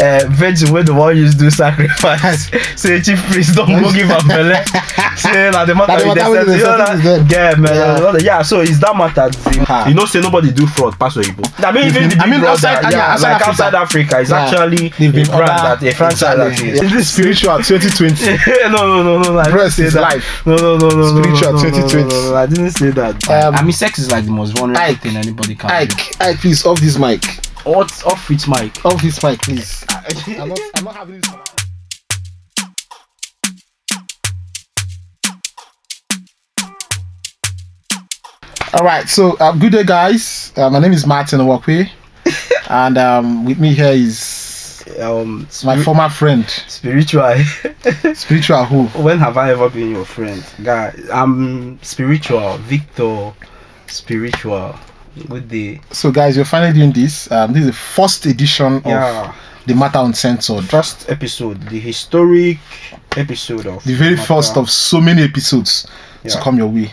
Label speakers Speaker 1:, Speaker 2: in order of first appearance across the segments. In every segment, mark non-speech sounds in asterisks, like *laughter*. Speaker 1: uh, virgin wey the wan use do sacrifice say chief priest don go give am belle say na the matter
Speaker 2: Na the
Speaker 1: with the
Speaker 2: matter with the
Speaker 1: you know
Speaker 2: settle is
Speaker 1: that
Speaker 2: dead.
Speaker 1: yeah man
Speaker 2: Yeah.
Speaker 1: yeah. yeah so it's that matter thing
Speaker 2: Ah.
Speaker 1: you know say nobody do fraud pass oyibo i mean even the
Speaker 2: I
Speaker 1: big
Speaker 2: mean,
Speaker 1: brother
Speaker 2: outside-
Speaker 1: yeah,
Speaker 2: yeah, outside
Speaker 1: like
Speaker 2: Africa.
Speaker 1: outside africa is
Speaker 2: Yeah.
Speaker 1: actually a
Speaker 2: They've been
Speaker 1: brand
Speaker 2: other-
Speaker 1: that a franchise that
Speaker 2: exactly.
Speaker 1: is
Speaker 2: Yeah.
Speaker 3: This is spiritual
Speaker 1: *laughs*
Speaker 3: 2020.
Speaker 1: no, no, no, no, no. I
Speaker 3: Breast
Speaker 1: didn't
Speaker 3: is
Speaker 1: say that.
Speaker 3: life.
Speaker 1: No, no, no, no,
Speaker 3: Spiritual
Speaker 1: no, no, no, no, no,
Speaker 3: 2020.
Speaker 1: no, no, I didn't say that.
Speaker 2: Um,
Speaker 1: I mean, sex is like the most vulnerable
Speaker 2: Ike,
Speaker 1: thing anybody can do.
Speaker 2: Ike, Ike, please off this mic.
Speaker 1: What's off with Mike?
Speaker 2: Off this mic, please. I'm not, I'm not having this. All right, so uh, good day, guys. Uh, my name is Martin *laughs* Owakwe, and um, with me here is
Speaker 1: Um,
Speaker 2: my
Speaker 1: spi-
Speaker 2: former friend,
Speaker 1: spiritual. *laughs*
Speaker 2: spiritual who.
Speaker 1: when have I ever been your friend, guy? I'm spiritual, Victor. Spiritual. Good day.
Speaker 2: So, guys, we're finally doing this. Um, this is the first edition of
Speaker 1: Yeah.
Speaker 2: the Matter Uncensored,
Speaker 1: First episode, the historic episode of
Speaker 2: the very first of so many episodes to
Speaker 1: Oh Yeah.
Speaker 2: come your way.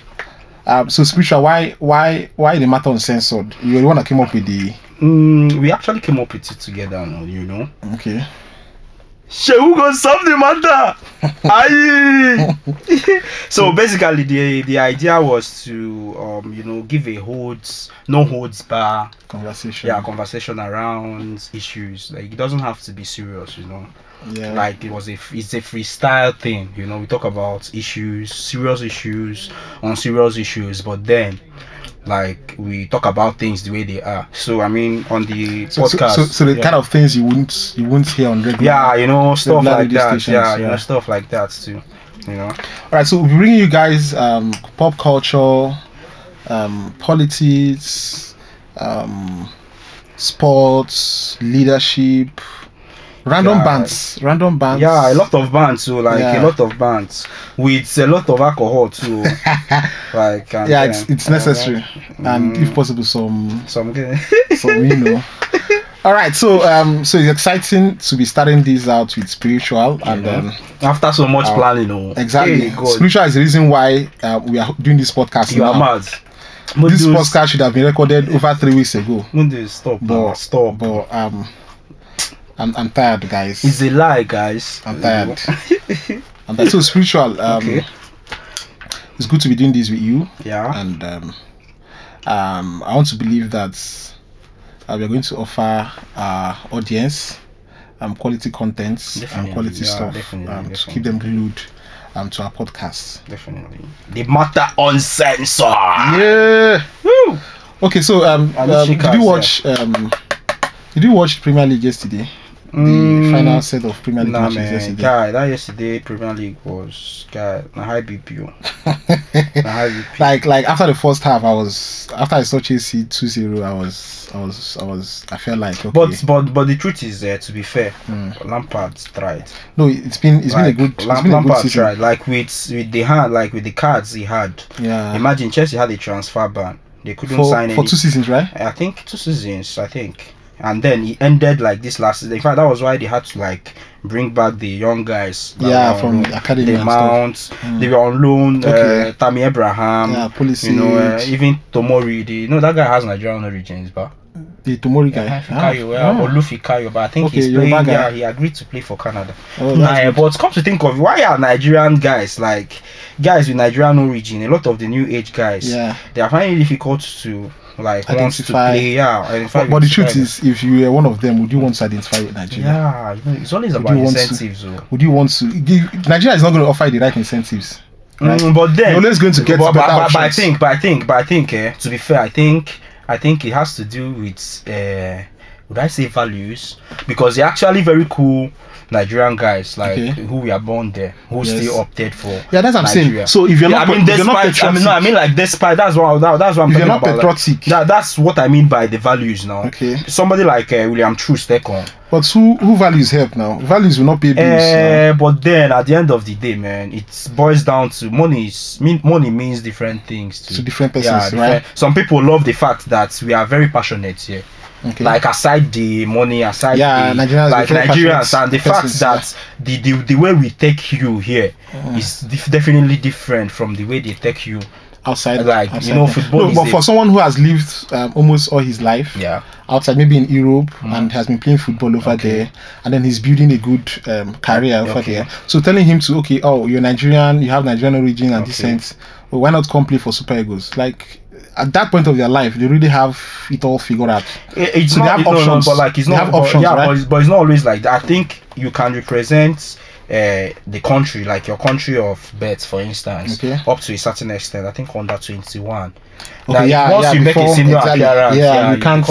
Speaker 2: Um, so, spiritual, why, why, why the Matter Uncensored? You were the one that came up with the.
Speaker 1: Mm, we actually came up with it together, now, you know.
Speaker 2: Okay.
Speaker 1: Shehu go solve the matter. *laughs* Aye. *laughs* so basically, the the idea was to um you know give a holds no holds bar
Speaker 2: Conversation.
Speaker 1: yeah conversation around issues like it doesn't have to be serious you know
Speaker 2: Yeah.
Speaker 1: like it was a it's a freestyle thing you know we talk about issues serious issues unserious issues but then like we talk about things the way they are so I mean on the
Speaker 2: so, so,
Speaker 1: podcast
Speaker 2: so, so the
Speaker 1: yeah.
Speaker 2: kind of things you won't you won't hear on regular.
Speaker 1: yeah you know stuff
Speaker 2: bloody
Speaker 1: like that
Speaker 2: stations,
Speaker 1: yeah, you
Speaker 2: yeah.
Speaker 1: know stuff like that too you know
Speaker 2: All right. So we'll be bringing you guys um, pop culture, um, politics, um, sports, leadership, random
Speaker 1: Yeah.
Speaker 2: bands, random bands.
Speaker 1: yeah a lot of bands too like
Speaker 2: Yeah.
Speaker 1: a lot of bands with a lot of alcohol
Speaker 2: *laughs*
Speaker 1: too like and,
Speaker 2: Yeah,
Speaker 1: um,
Speaker 2: it's, it's necessary, and
Speaker 1: Mm.
Speaker 2: if possible, some
Speaker 1: some *laughs* g-
Speaker 2: some
Speaker 1: *laughs*
Speaker 2: you know. All right, so um, so it's exciting to be starting this out with spiritual, and
Speaker 1: Yeah.
Speaker 2: um,
Speaker 1: after so much
Speaker 2: Oh,
Speaker 1: planning oh
Speaker 2: exactly,
Speaker 1: hey, God,
Speaker 2: spiritual is the reason why uh, we are doing this podcast.
Speaker 1: you are
Speaker 2: now.
Speaker 1: mad Mundus,
Speaker 2: this podcast should have been recorded over three weeks ago.
Speaker 1: Mundus, stop
Speaker 2: But-
Speaker 1: Ah, stop
Speaker 2: But um, I'm, I'm tired, guys.
Speaker 1: it's a lie guys
Speaker 2: I'm tired. I'm tired. So spiritual. Um,
Speaker 1: *laughs* Okay.
Speaker 2: it's good to be doing this with you,
Speaker 1: *laughs* yeah
Speaker 2: and um, um, I want to believe that uh, we are going to offer our audience um quality contents
Speaker 1: Definitely,
Speaker 2: and quality
Speaker 1: yeah,
Speaker 2: stuff um,
Speaker 1: definitely,
Speaker 2: to keep them glued um to our podcast.
Speaker 1: definitely the matter on censor
Speaker 2: Yeah.
Speaker 1: Woo!
Speaker 2: Okay. So um,
Speaker 1: And
Speaker 2: um,
Speaker 1: she
Speaker 2: did you
Speaker 1: cast,
Speaker 2: watch um, did you watch Premier League yesterday? the
Speaker 1: Mm.
Speaker 2: final set of Premier League
Speaker 1: Nah,
Speaker 2: matches
Speaker 1: man,
Speaker 2: yesterday.
Speaker 1: guy, that yesterday Premier League was guy, na high BP,
Speaker 2: *laughs*
Speaker 1: oh. na high BP.
Speaker 2: like like after the first half, I was after I saw Chelsea 2-0, I was I was I was I felt like okay.
Speaker 1: But but but the truth is, uh, to be fair,
Speaker 2: Mm.
Speaker 1: Lampard tried.
Speaker 2: no, it's been it's
Speaker 1: like,
Speaker 2: been a good it's
Speaker 1: Lam-
Speaker 2: been a good
Speaker 1: Lampard
Speaker 2: season.
Speaker 1: tried. Like with with the hand, like with the cards he had.
Speaker 2: Yeah,
Speaker 1: Uh-huh. Imagine Chelsea had a transfer ban. They couldn't
Speaker 2: for,
Speaker 1: sign
Speaker 2: for
Speaker 1: any.
Speaker 2: two seasons, right?
Speaker 1: I think two seasons. I think. And then he ended like this last season. In fact, that was why they had to like bring back the young guys. that
Speaker 2: Yeah,
Speaker 1: were on
Speaker 2: from
Speaker 1: loan.
Speaker 2: the academy
Speaker 1: the
Speaker 2: and stuff.
Speaker 1: Mount.
Speaker 2: Mm.
Speaker 1: They were on loan.
Speaker 2: Okay.
Speaker 1: Uh, Tammy Abraham.
Speaker 2: yeah, policy.
Speaker 1: You know, uh, even Tomori, the, no, that guy has Nigerian origins, but
Speaker 2: the Tomori guy.
Speaker 1: Fikayo,
Speaker 2: Ah,
Speaker 1: yeah, or Luffy Kayo, but I think
Speaker 2: Okay,
Speaker 1: he's
Speaker 2: Yoruba
Speaker 1: playing.
Speaker 2: guy.
Speaker 1: Yeah, he agreed to play for Canada.
Speaker 2: oh,
Speaker 1: Nah,
Speaker 2: that's
Speaker 1: eh, but come to think of, it, why are Nigerian guys like guys with Nigerian origin? A lot of the new age
Speaker 2: good.
Speaker 1: guys,
Speaker 2: yeah.
Speaker 1: they are finding it difficult to like want to
Speaker 2: Identify.
Speaker 1: play. Yeah, identify
Speaker 2: But, but the
Speaker 1: with
Speaker 2: truth
Speaker 1: guys.
Speaker 2: is, if you were one of them, would you want to identify with Nigeria?
Speaker 1: yeah, you know, it's always
Speaker 2: Would
Speaker 1: about
Speaker 2: you want to-
Speaker 1: incentives. though.
Speaker 2: Would you want to? Nigeria is not going to offer you the right incentives. Right.
Speaker 1: Mm, but then
Speaker 2: You're always going to get
Speaker 1: but, but,
Speaker 2: better
Speaker 1: but, but I
Speaker 2: options.
Speaker 1: think, but I think, but I think, eh, to be fair, I think, I think it has to do with, uh, would I say values? Because they're actually very cool Nigerian guys, like
Speaker 2: Okay.
Speaker 1: who we are born there, who
Speaker 2: Yes.
Speaker 1: still opted for.
Speaker 2: Yeah, that's what I'm saying.
Speaker 1: Nigeria.
Speaker 2: So if you're
Speaker 1: Yeah,
Speaker 2: not,
Speaker 1: I mean,
Speaker 2: if you're
Speaker 1: despite, I
Speaker 2: not
Speaker 1: mean,
Speaker 2: patriotic,
Speaker 1: no, I mean, like, despite, that's what, that, that's what I'm
Speaker 2: if
Speaker 1: talking
Speaker 2: you're not
Speaker 1: about. like,
Speaker 2: patriotic,
Speaker 1: that, that's what I mean by the values now.
Speaker 2: okay.
Speaker 1: Somebody like uh, William True Stekon.
Speaker 2: But who who values help now? Values will not pay bills. now.
Speaker 1: Uh, but then at the end of the day, man, it boils down to money. Is, mean, money means different things to,
Speaker 2: To different persons,
Speaker 1: different- Some people love the fact that we are very passionate here.
Speaker 2: Okay.
Speaker 1: Like aside the money, aside
Speaker 2: Yeah,
Speaker 1: the,
Speaker 2: Nigerians
Speaker 1: like
Speaker 2: become
Speaker 1: Nigerians,
Speaker 2: passionate
Speaker 1: and the
Speaker 2: persons,
Speaker 1: fact that the, the the way we take you here is dif- definitely different from the way they take you
Speaker 2: outside.
Speaker 1: Like, you
Speaker 2: outside
Speaker 1: know,
Speaker 2: there.
Speaker 1: football
Speaker 2: No,
Speaker 1: is
Speaker 2: but
Speaker 1: a-
Speaker 2: for someone who has lived um, almost all his life
Speaker 1: Yeah.
Speaker 2: outside, maybe in Europe,
Speaker 1: Mm.
Speaker 2: and has been playing football over there, and then he's building a good um, career over
Speaker 1: Okay.
Speaker 2: there. So telling him to okay, oh, you're Nigerian, you have Nigerian origin and this
Speaker 1: Okay.
Speaker 2: sense, well, why not come play for Super Eagles? Like at that point of their life, they really have it all figured out.
Speaker 1: It- it's
Speaker 2: So they
Speaker 1: not,
Speaker 2: have
Speaker 1: no, no,
Speaker 2: options.
Speaker 1: but like it's
Speaker 2: They
Speaker 1: not
Speaker 2: have
Speaker 1: but-
Speaker 2: options,
Speaker 1: yeah,
Speaker 2: right?
Speaker 1: but, it's, but it's not always like that. I think you can represent uh, the country, like your country of birth, for instance,
Speaker 2: Okay.
Speaker 1: up to a certain extent. I think under twenty-one.
Speaker 2: Okay,
Speaker 1: Like,
Speaker 2: yeah,
Speaker 1: once
Speaker 2: yeah,
Speaker 1: you make a
Speaker 2: before-
Speaker 1: senior
Speaker 2: exactly.
Speaker 1: appearance,
Speaker 2: Yeah, you can't-
Speaker 1: become
Speaker 2: You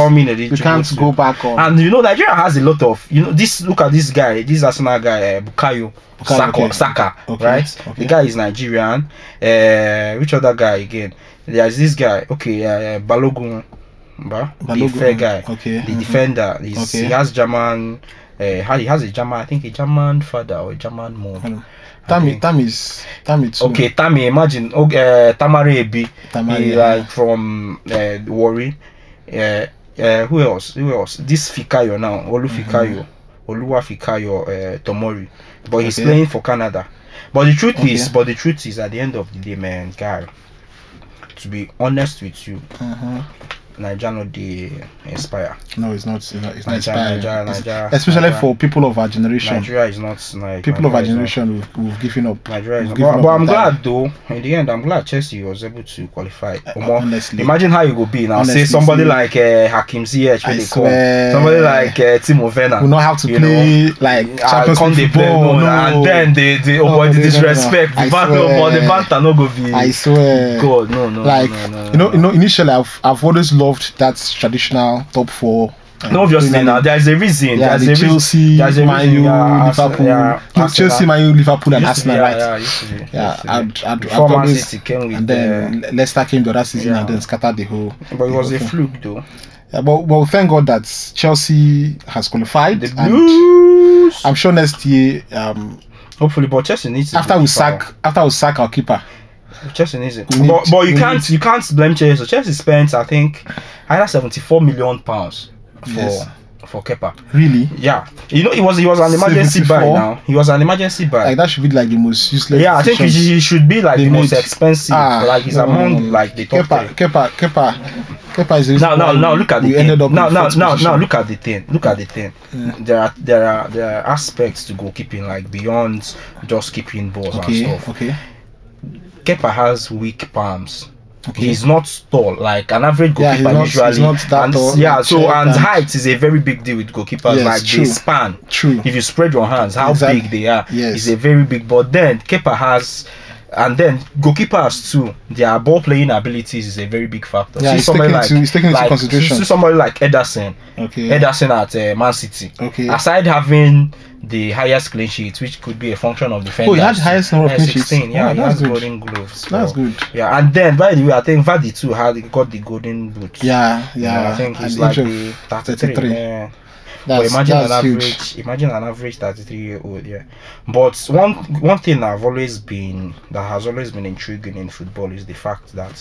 Speaker 2: can't
Speaker 1: ineligible
Speaker 2: go
Speaker 1: to-
Speaker 2: back on.
Speaker 1: And you know Nigeria has a lot of you know this. Look at this guy, this Arsenal guy, uh, Bukayo
Speaker 2: Bukayo,
Speaker 1: Saka,
Speaker 2: okay.
Speaker 1: Saka
Speaker 2: Okay,
Speaker 1: right?
Speaker 2: okay.
Speaker 1: The guy is Nigerian. Uh, which other guy again? There's this guy. Okay, uh, Balogun, ba? the
Speaker 2: Balogun,
Speaker 1: fair guy,
Speaker 2: okay,
Speaker 1: the
Speaker 2: mhm.
Speaker 1: defender. He's,
Speaker 2: Okay.
Speaker 1: He has German. Uh, ha- he has a German. I think a German father or a German mom.
Speaker 2: Hello. Tammy,
Speaker 1: Okay.
Speaker 2: Tammy's, Tammy too.
Speaker 1: Okay, Tammy. Imagine. Okay, uh, Tamare Ebi.
Speaker 2: Tamari,
Speaker 1: He,
Speaker 2: yeah.
Speaker 1: like from uh, Warri. Uh, uh, who else? Who else? This Fikayo now, Olu Fikayo, Oluwa Fikayo uh, Tomori, but he's
Speaker 2: Mm-hmm. Okay.
Speaker 1: playing for Canada. But the truth is,
Speaker 2: Okay.
Speaker 1: but the truth is, at the end of the day, man, guy, to be honest with you,
Speaker 2: Uh-huh.
Speaker 1: Nigeria no dey inspire.
Speaker 2: No, it's not. It's not, it's not
Speaker 1: Nigeria,
Speaker 2: inspiring.
Speaker 1: Nigeria,
Speaker 2: It's-
Speaker 1: Nigeria,
Speaker 2: especially
Speaker 1: Nigeria.
Speaker 2: for people of our generation.
Speaker 1: Nigeria is not like
Speaker 2: people of our
Speaker 1: Nigeria is not-
Speaker 2: generation we've, we've given up.
Speaker 1: Nigeria is
Speaker 2: We've
Speaker 1: not.
Speaker 2: given
Speaker 1: But, but
Speaker 2: up
Speaker 1: I'm
Speaker 2: on
Speaker 1: glad though. In the end, I'm glad Chelsea was able to qualify. Omo,
Speaker 2: Uh, honestly.
Speaker 1: imagine how you go be now. say
Speaker 2: Honestly,
Speaker 1: somebody
Speaker 2: see.
Speaker 1: like uh, Hakim Ziyech
Speaker 2: I
Speaker 1: when they
Speaker 2: swear.
Speaker 1: come. Somebody like uh, Timo Werner.
Speaker 2: We'll not have to
Speaker 1: you
Speaker 2: play like
Speaker 1: I
Speaker 2: Champions
Speaker 1: can't
Speaker 2: League
Speaker 1: dey play no,
Speaker 2: football. No,
Speaker 1: and then the the
Speaker 2: No,
Speaker 1: oh, the
Speaker 2: no, no, no, no.
Speaker 1: disrespect
Speaker 2: I
Speaker 1: the banter but the
Speaker 2: swear.
Speaker 1: banter no go be
Speaker 2: I swear.
Speaker 1: god no no
Speaker 2: like
Speaker 1: no, no, no,
Speaker 2: you know,
Speaker 1: no.
Speaker 2: you know. Initially, I've I've always loved that traditional top four. um,
Speaker 1: no obviously
Speaker 2: Premier
Speaker 1: now
Speaker 2: League.
Speaker 1: there's a reason
Speaker 2: yeah,
Speaker 1: there's
Speaker 2: the
Speaker 1: a reason-
Speaker 2: Chelsea,
Speaker 1: there's a
Speaker 2: Man
Speaker 1: reason,
Speaker 2: U,
Speaker 1: yeah, Arsenal,
Speaker 2: Liverpool.
Speaker 1: yeah,
Speaker 2: No,
Speaker 1: Arsenal.
Speaker 2: Chelsea, Man U, Liverpool, and
Speaker 1: Used to be,
Speaker 2: Arsenal,
Speaker 1: yeah,
Speaker 2: right?
Speaker 1: yeah, used to be,
Speaker 2: Yeah,
Speaker 1: used to be.
Speaker 2: I'd, I'd, I'd
Speaker 1: Before Man
Speaker 2: always-
Speaker 1: City came with
Speaker 2: and then Le- Leicester came the other season and
Speaker 1: Yeah.
Speaker 2: then scattered the whole.
Speaker 1: the, but it
Speaker 2: the
Speaker 1: was
Speaker 2: whole
Speaker 1: a
Speaker 2: *laughs* thing.
Speaker 1: fluke though
Speaker 2: Yeah, but well, thank God that Chelsea has qualified.
Speaker 1: the
Speaker 2: and
Speaker 1: Blues
Speaker 2: I'm sure next year, um,
Speaker 1: hopefully but Chelsea needs a
Speaker 2: after we
Speaker 1: goalkeeper.
Speaker 2: sack, after we sack our keeper,
Speaker 1: Chelsea needs it.
Speaker 2: We need-
Speaker 1: but, but
Speaker 2: we
Speaker 1: you can't you can't blame Chelsea. Chelsea spent I think either seventy four million pounds for
Speaker 2: Yes.
Speaker 1: for Kepa.
Speaker 2: really,
Speaker 1: Yeah, you know it was it was an emergency buy
Speaker 2: 74?
Speaker 1: now. He was an emergency buy.
Speaker 2: like that should be like the most useless.
Speaker 1: yeah, I think he,
Speaker 2: decision.
Speaker 1: he should be like
Speaker 2: They
Speaker 1: the most
Speaker 2: made-
Speaker 1: expensive.
Speaker 2: Ah,
Speaker 1: like he's
Speaker 2: no, no,
Speaker 1: among
Speaker 2: no, no.
Speaker 1: like the top.
Speaker 2: Kepa,
Speaker 1: ten.
Speaker 2: Kepa, Kepa, Kepa is the reason
Speaker 1: Now, now,
Speaker 2: why
Speaker 1: now look at the
Speaker 2: we
Speaker 1: thing.
Speaker 2: ended up
Speaker 1: Now,
Speaker 2: in
Speaker 1: now,
Speaker 2: fourth
Speaker 1: now, now,
Speaker 2: position.
Speaker 1: look at the thing. Look at the thing. There are there are there are aspects to goalkeeping like beyond just keeping balls
Speaker 2: Okay,
Speaker 1: and stuff.
Speaker 2: okay,
Speaker 1: Kepa has weak palms.
Speaker 2: okay.
Speaker 1: He's not tall, like an average
Speaker 2: Yeah, he's
Speaker 1: goalkeeper
Speaker 2: not-
Speaker 1: usually.
Speaker 2: he's not that
Speaker 1: and,
Speaker 2: tall,
Speaker 1: Yeah,
Speaker 2: like
Speaker 1: so
Speaker 2: short
Speaker 1: and,
Speaker 2: and-
Speaker 1: height is a very big deal with goalkeepers.
Speaker 2: Yes,
Speaker 1: like
Speaker 2: true.
Speaker 1: they span.
Speaker 2: True.
Speaker 1: If you spread your hands, how
Speaker 2: Exactly.
Speaker 1: big they are
Speaker 2: Yes.
Speaker 1: is a very big. But then keeper has, and then goalkeepers too. Their ball playing abilities is a very big factor.
Speaker 2: Yeah,
Speaker 1: See
Speaker 2: it's
Speaker 1: somebody
Speaker 2: taken into- it's taken into
Speaker 1: like-
Speaker 2: consideration.
Speaker 1: See somebody like Ederson.
Speaker 2: Okay.
Speaker 1: Ederson at uh, Man City.
Speaker 2: Okay.
Speaker 1: Aside having the highest clean sheet, which could be a function of defenders.
Speaker 2: Oh, had the highest number of
Speaker 1: Yeah,
Speaker 2: clean sheets.
Speaker 1: 16, Yeah, he
Speaker 2: Oh, that's
Speaker 1: has
Speaker 2: good.
Speaker 1: golden gloves.
Speaker 2: That's
Speaker 1: bro.
Speaker 2: good.
Speaker 1: Yeah, and then by the way, I think Vardy too had got the golden boot.
Speaker 2: Yeah,
Speaker 1: You know,
Speaker 2: yeah.
Speaker 1: I think
Speaker 2: at
Speaker 1: he's
Speaker 2: the
Speaker 1: like
Speaker 2: age of
Speaker 1: the 33. Yeah. But
Speaker 2: That's,
Speaker 1: imagine an
Speaker 2: that's
Speaker 1: average,
Speaker 2: huge.
Speaker 1: imagine an average 33 year old. Yeah. But one one thing I've always been that has always been intriguing in football is the fact that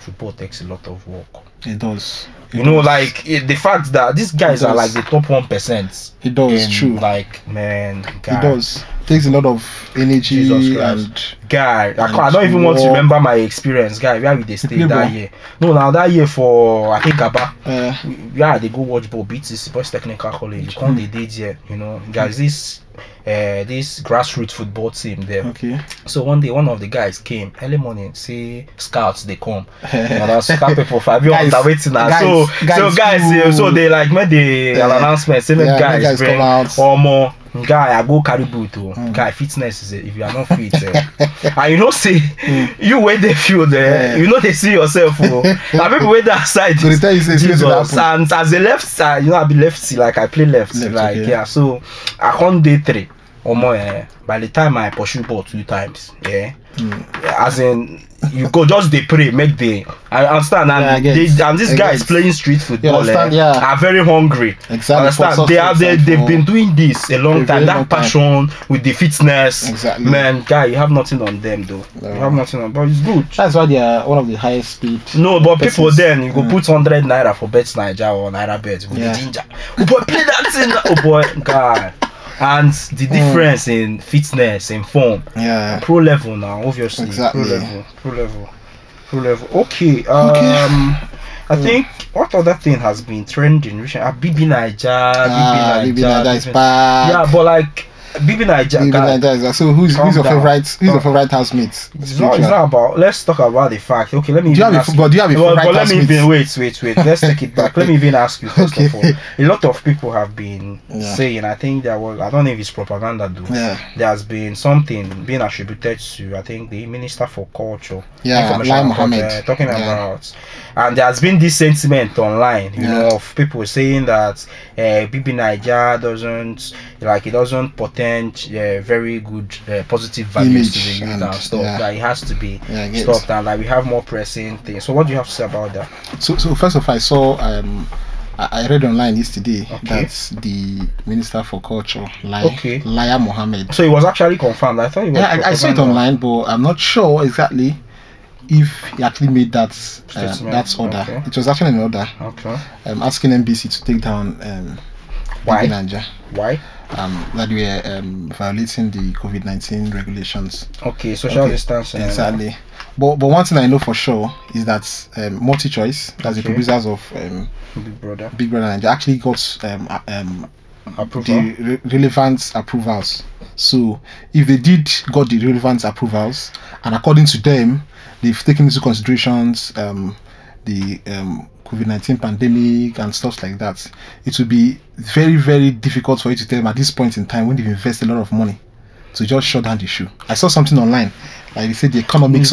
Speaker 1: football takes a lot of work.
Speaker 2: Uh-huh. It does.
Speaker 1: You know, like eh, the fact that these guys are like
Speaker 2: does.
Speaker 1: the top one percent.
Speaker 2: It does. true.
Speaker 1: Like man, guy,
Speaker 2: it does. Takes a lot of energy
Speaker 1: Jesus
Speaker 2: and
Speaker 1: Christ. guy. I, can't- I don't even want to
Speaker 2: Walk.
Speaker 1: remember my experience, guy. Where we they stay
Speaker 2: play
Speaker 1: that
Speaker 2: ball.
Speaker 1: year? No, now that year for I think Abba.
Speaker 2: uh,
Speaker 1: yeah, they go watch ball beats this sports technical college. You can't they did here, you know. There's this uh this grassroots football team there.
Speaker 2: okay.
Speaker 1: So one day one of the guys came early morning, say scouts they come. and that's scout people for everyone
Speaker 2: Guys,
Speaker 1: that waiting now.
Speaker 2: guys,
Speaker 1: so
Speaker 2: guys,
Speaker 1: so guys eh,
Speaker 2: you-
Speaker 1: so they like made the
Speaker 2: Yeah.
Speaker 1: an announcement, say make
Speaker 2: Yeah, make
Speaker 1: guys,
Speaker 2: guys
Speaker 1: bring
Speaker 2: come out. Hmm.
Speaker 1: or more guy I go carry boot oh. guy fitness is eh, if you are not fit
Speaker 2: *laughs*
Speaker 1: eh. and you know see you wait the field eh,
Speaker 2: Hmm. Yeah.
Speaker 1: you know they see yourself
Speaker 2: *laughs*
Speaker 1: oh. and people wait that side
Speaker 2: So they tell you, say, it's going to
Speaker 1: Jesus.
Speaker 2: happen.
Speaker 1: and as a left side you know I be lefty like I play left,
Speaker 2: Left,
Speaker 1: like
Speaker 2: okay.
Speaker 1: yeah so I come day three or more eh, by the time I pursue ball two times yeah as in you go just dey pray make they i understand and
Speaker 2: Yeah, I get
Speaker 1: they,
Speaker 2: it.
Speaker 1: and this
Speaker 2: I
Speaker 1: guy
Speaker 2: get
Speaker 1: is
Speaker 2: it.
Speaker 1: playing street football
Speaker 2: understand?
Speaker 1: eh,
Speaker 2: Yeah.
Speaker 1: are very hungry
Speaker 2: Exactly, for
Speaker 1: understand they have they,
Speaker 2: success and
Speaker 1: they've
Speaker 2: for-
Speaker 1: been doing this a long time
Speaker 2: a very
Speaker 1: that
Speaker 2: long time.
Speaker 1: passion with the fitness
Speaker 2: Exactly.
Speaker 1: man guy you have nothing on them though you
Speaker 2: No.
Speaker 1: have nothing on but it's good
Speaker 2: That's why they are one of the highest paid.
Speaker 1: no but
Speaker 2: persons.
Speaker 1: people then you go put hundred naira for bet naija or naira bet with
Speaker 2: Mm. Yeah.
Speaker 1: the ginger oh boy play that thing oh boy guy and the
Speaker 2: Mm.
Speaker 1: difference in fitness in form
Speaker 2: Yeah.
Speaker 1: pro level now obviously
Speaker 2: Exactly.
Speaker 1: pro level pro level Pro level. Okay. Um,
Speaker 2: *laughs*
Speaker 1: I think what other thing has been trending? Which are BB Niger,
Speaker 2: Ah,
Speaker 1: BB
Speaker 2: Bibi
Speaker 1: Niger,
Speaker 2: Naija is
Speaker 1: BB
Speaker 2: back.
Speaker 1: Yeah, but like BB Niger,
Speaker 2: Bibi
Speaker 1: guy,
Speaker 2: Naija is back. So who's
Speaker 1: Calm
Speaker 2: who's your
Speaker 1: down.
Speaker 2: favorite? Who's your
Speaker 1: Calm-
Speaker 2: favorite housemate?
Speaker 1: It's not, it's not about. Let's talk about the fact. Okay, let me.
Speaker 2: Do you
Speaker 1: even
Speaker 2: have a-
Speaker 1: ask
Speaker 2: but do you have a
Speaker 1: Well,
Speaker 2: favorite
Speaker 1: but let me
Speaker 2: classmate?
Speaker 1: even wait, wait, wait. Let's take it back. Let me even ask you first of all.
Speaker 2: Okay.
Speaker 1: A lot of people have been
Speaker 2: Yeah.
Speaker 1: saying. I think there was. I don't know if it's propaganda though.
Speaker 2: Yeah,
Speaker 1: There has been something being attributed to. I think the minister for culture.
Speaker 2: yeah,
Speaker 1: Information
Speaker 2: Lai
Speaker 1: and Culture,
Speaker 2: Mohammed.
Speaker 1: uh, talking
Speaker 2: Yeah.
Speaker 1: about, and there has been this sentiment online, you
Speaker 2: Yeah.
Speaker 1: know, of people saying that uh, BB Niger doesn't like it doesn't portend uh, very good uh, positive values to the
Speaker 2: Image
Speaker 1: youth
Speaker 2: and-
Speaker 1: and, stuff.
Speaker 2: yeah.
Speaker 1: That it has to be
Speaker 2: Yeah, I get it.
Speaker 1: stopped and like we have more pressing things. So what do you have to say about that?
Speaker 2: So, so first of all, I saw um, I, I read online yesterday
Speaker 1: Okay.
Speaker 2: that the Minister for Culture, Lai,
Speaker 1: Okay.
Speaker 2: Laya Mohammed.
Speaker 1: So it was actually confirmed. I thought it was.
Speaker 2: Yeah, I, I saw it
Speaker 1: propaganda.
Speaker 2: online, but I'm not sure exactly if he actually made that uh,
Speaker 1: Statement,
Speaker 2: that order.
Speaker 1: okay.
Speaker 2: It was actually an order
Speaker 1: Okay.
Speaker 2: um, asking NBC to take down um,
Speaker 1: Why?
Speaker 2: Niger,
Speaker 1: Why?
Speaker 2: um, that we are um, violating the COVID-19 regulations.
Speaker 1: Okay. Social
Speaker 2: Okay, uh,
Speaker 1: distancing. and all.
Speaker 2: Exactly. But but one thing I know for sure is that um, multi-choice, that's the
Speaker 1: Okay.
Speaker 2: producers of um,
Speaker 1: Big brother.
Speaker 2: Big Brother Niger, actually got um, a- um,
Speaker 1: Approval.
Speaker 2: the re- relevant approvals. So if they did got the relevant approvals, and according to them, they've taken into considerations um, the um, COVID nineteen pandemic and stuff like that. It would be very very difficult for you to tell them at this point in time when they've invested a lot of money to just shut down the issue. I saw something online, like they said the economics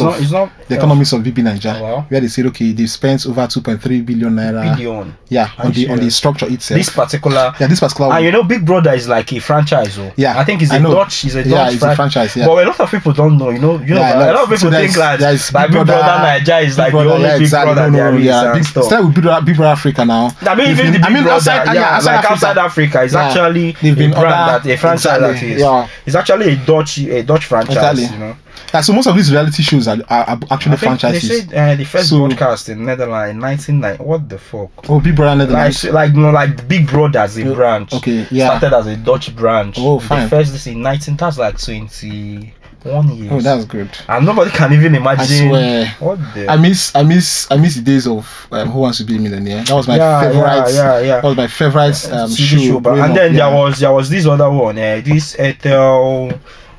Speaker 1: It's
Speaker 2: of
Speaker 1: not. It's not.
Speaker 2: the
Speaker 1: uh,
Speaker 2: economics of BB Niger,
Speaker 1: Wow.
Speaker 2: where they said okay they spent over two point three billion naira.
Speaker 1: billion.
Speaker 2: Yeah,
Speaker 1: Are
Speaker 2: on
Speaker 1: you
Speaker 2: the on the
Speaker 1: serious?
Speaker 2: structure itself.
Speaker 1: This particular.
Speaker 2: yeah, this particular one.
Speaker 1: And Ah, you know, Big Brother is like a franchise. Oh.
Speaker 2: Um, Yeah,
Speaker 1: I think it's
Speaker 2: I
Speaker 1: a
Speaker 2: know.
Speaker 1: Dutch. It's a Dutch
Speaker 2: Yeah, it's a
Speaker 1: fran-
Speaker 2: franchise, yeah.
Speaker 1: But a lot of people don't know. You know, you
Speaker 2: Yeah,
Speaker 1: know,
Speaker 2: I
Speaker 1: a
Speaker 2: know.
Speaker 1: lot of
Speaker 2: So
Speaker 1: people
Speaker 2: there's-
Speaker 1: think that
Speaker 2: there's
Speaker 1: like Big Brother, Nigeria is like the only Big Brother. there is and
Speaker 2: Big,
Speaker 1: stuff.
Speaker 2: start with Big Brother, Big Brother Africa now.
Speaker 1: I mean,
Speaker 2: They've
Speaker 1: even
Speaker 2: been-
Speaker 1: the Big Brother,
Speaker 2: outside,
Speaker 1: yeah,
Speaker 2: outside
Speaker 1: like
Speaker 2: Africa.
Speaker 1: outside Africa, it's
Speaker 2: Yeah.
Speaker 1: actually
Speaker 2: They've been
Speaker 1: a brand
Speaker 2: other-
Speaker 1: that a franchise
Speaker 2: exactly,
Speaker 1: that is.
Speaker 2: yeah.
Speaker 1: It's actually a Dutch, a Dutch franchise.
Speaker 2: Exactly.
Speaker 1: You know,
Speaker 2: Yeah, so most of these reality shows are, are, are
Speaker 1: I
Speaker 2: actually
Speaker 1: think they
Speaker 2: franchises.
Speaker 1: said uh, the first
Speaker 2: So-
Speaker 1: broadcast in Netherlands in 1990. What the fuck?
Speaker 2: oh, Big Brother
Speaker 1: Like,
Speaker 2: Netherlands.
Speaker 1: like, no, like Big Brother as a
Speaker 2: Yeah,
Speaker 1: branch.
Speaker 2: okay, yeah.
Speaker 1: Started as a Dutch branch.
Speaker 2: Oh, fine.
Speaker 1: The first this in 19, that's like 21 years.
Speaker 2: oh, that's good.
Speaker 1: and nobody can even
Speaker 2: I
Speaker 1: imagine.
Speaker 2: swear.
Speaker 1: What the?
Speaker 2: I miss, I miss, I miss the days of um, Who Wants to Be a Millionaire. That was my
Speaker 1: Yeah, yeah,
Speaker 2: favorite.
Speaker 1: yeah, yeah.
Speaker 2: That was my favorite um,
Speaker 1: TV
Speaker 2: show.
Speaker 1: show, but-
Speaker 2: growing
Speaker 1: and
Speaker 2: up,
Speaker 1: then
Speaker 2: yeah.
Speaker 1: there was there was this other one, uh, this Ethel,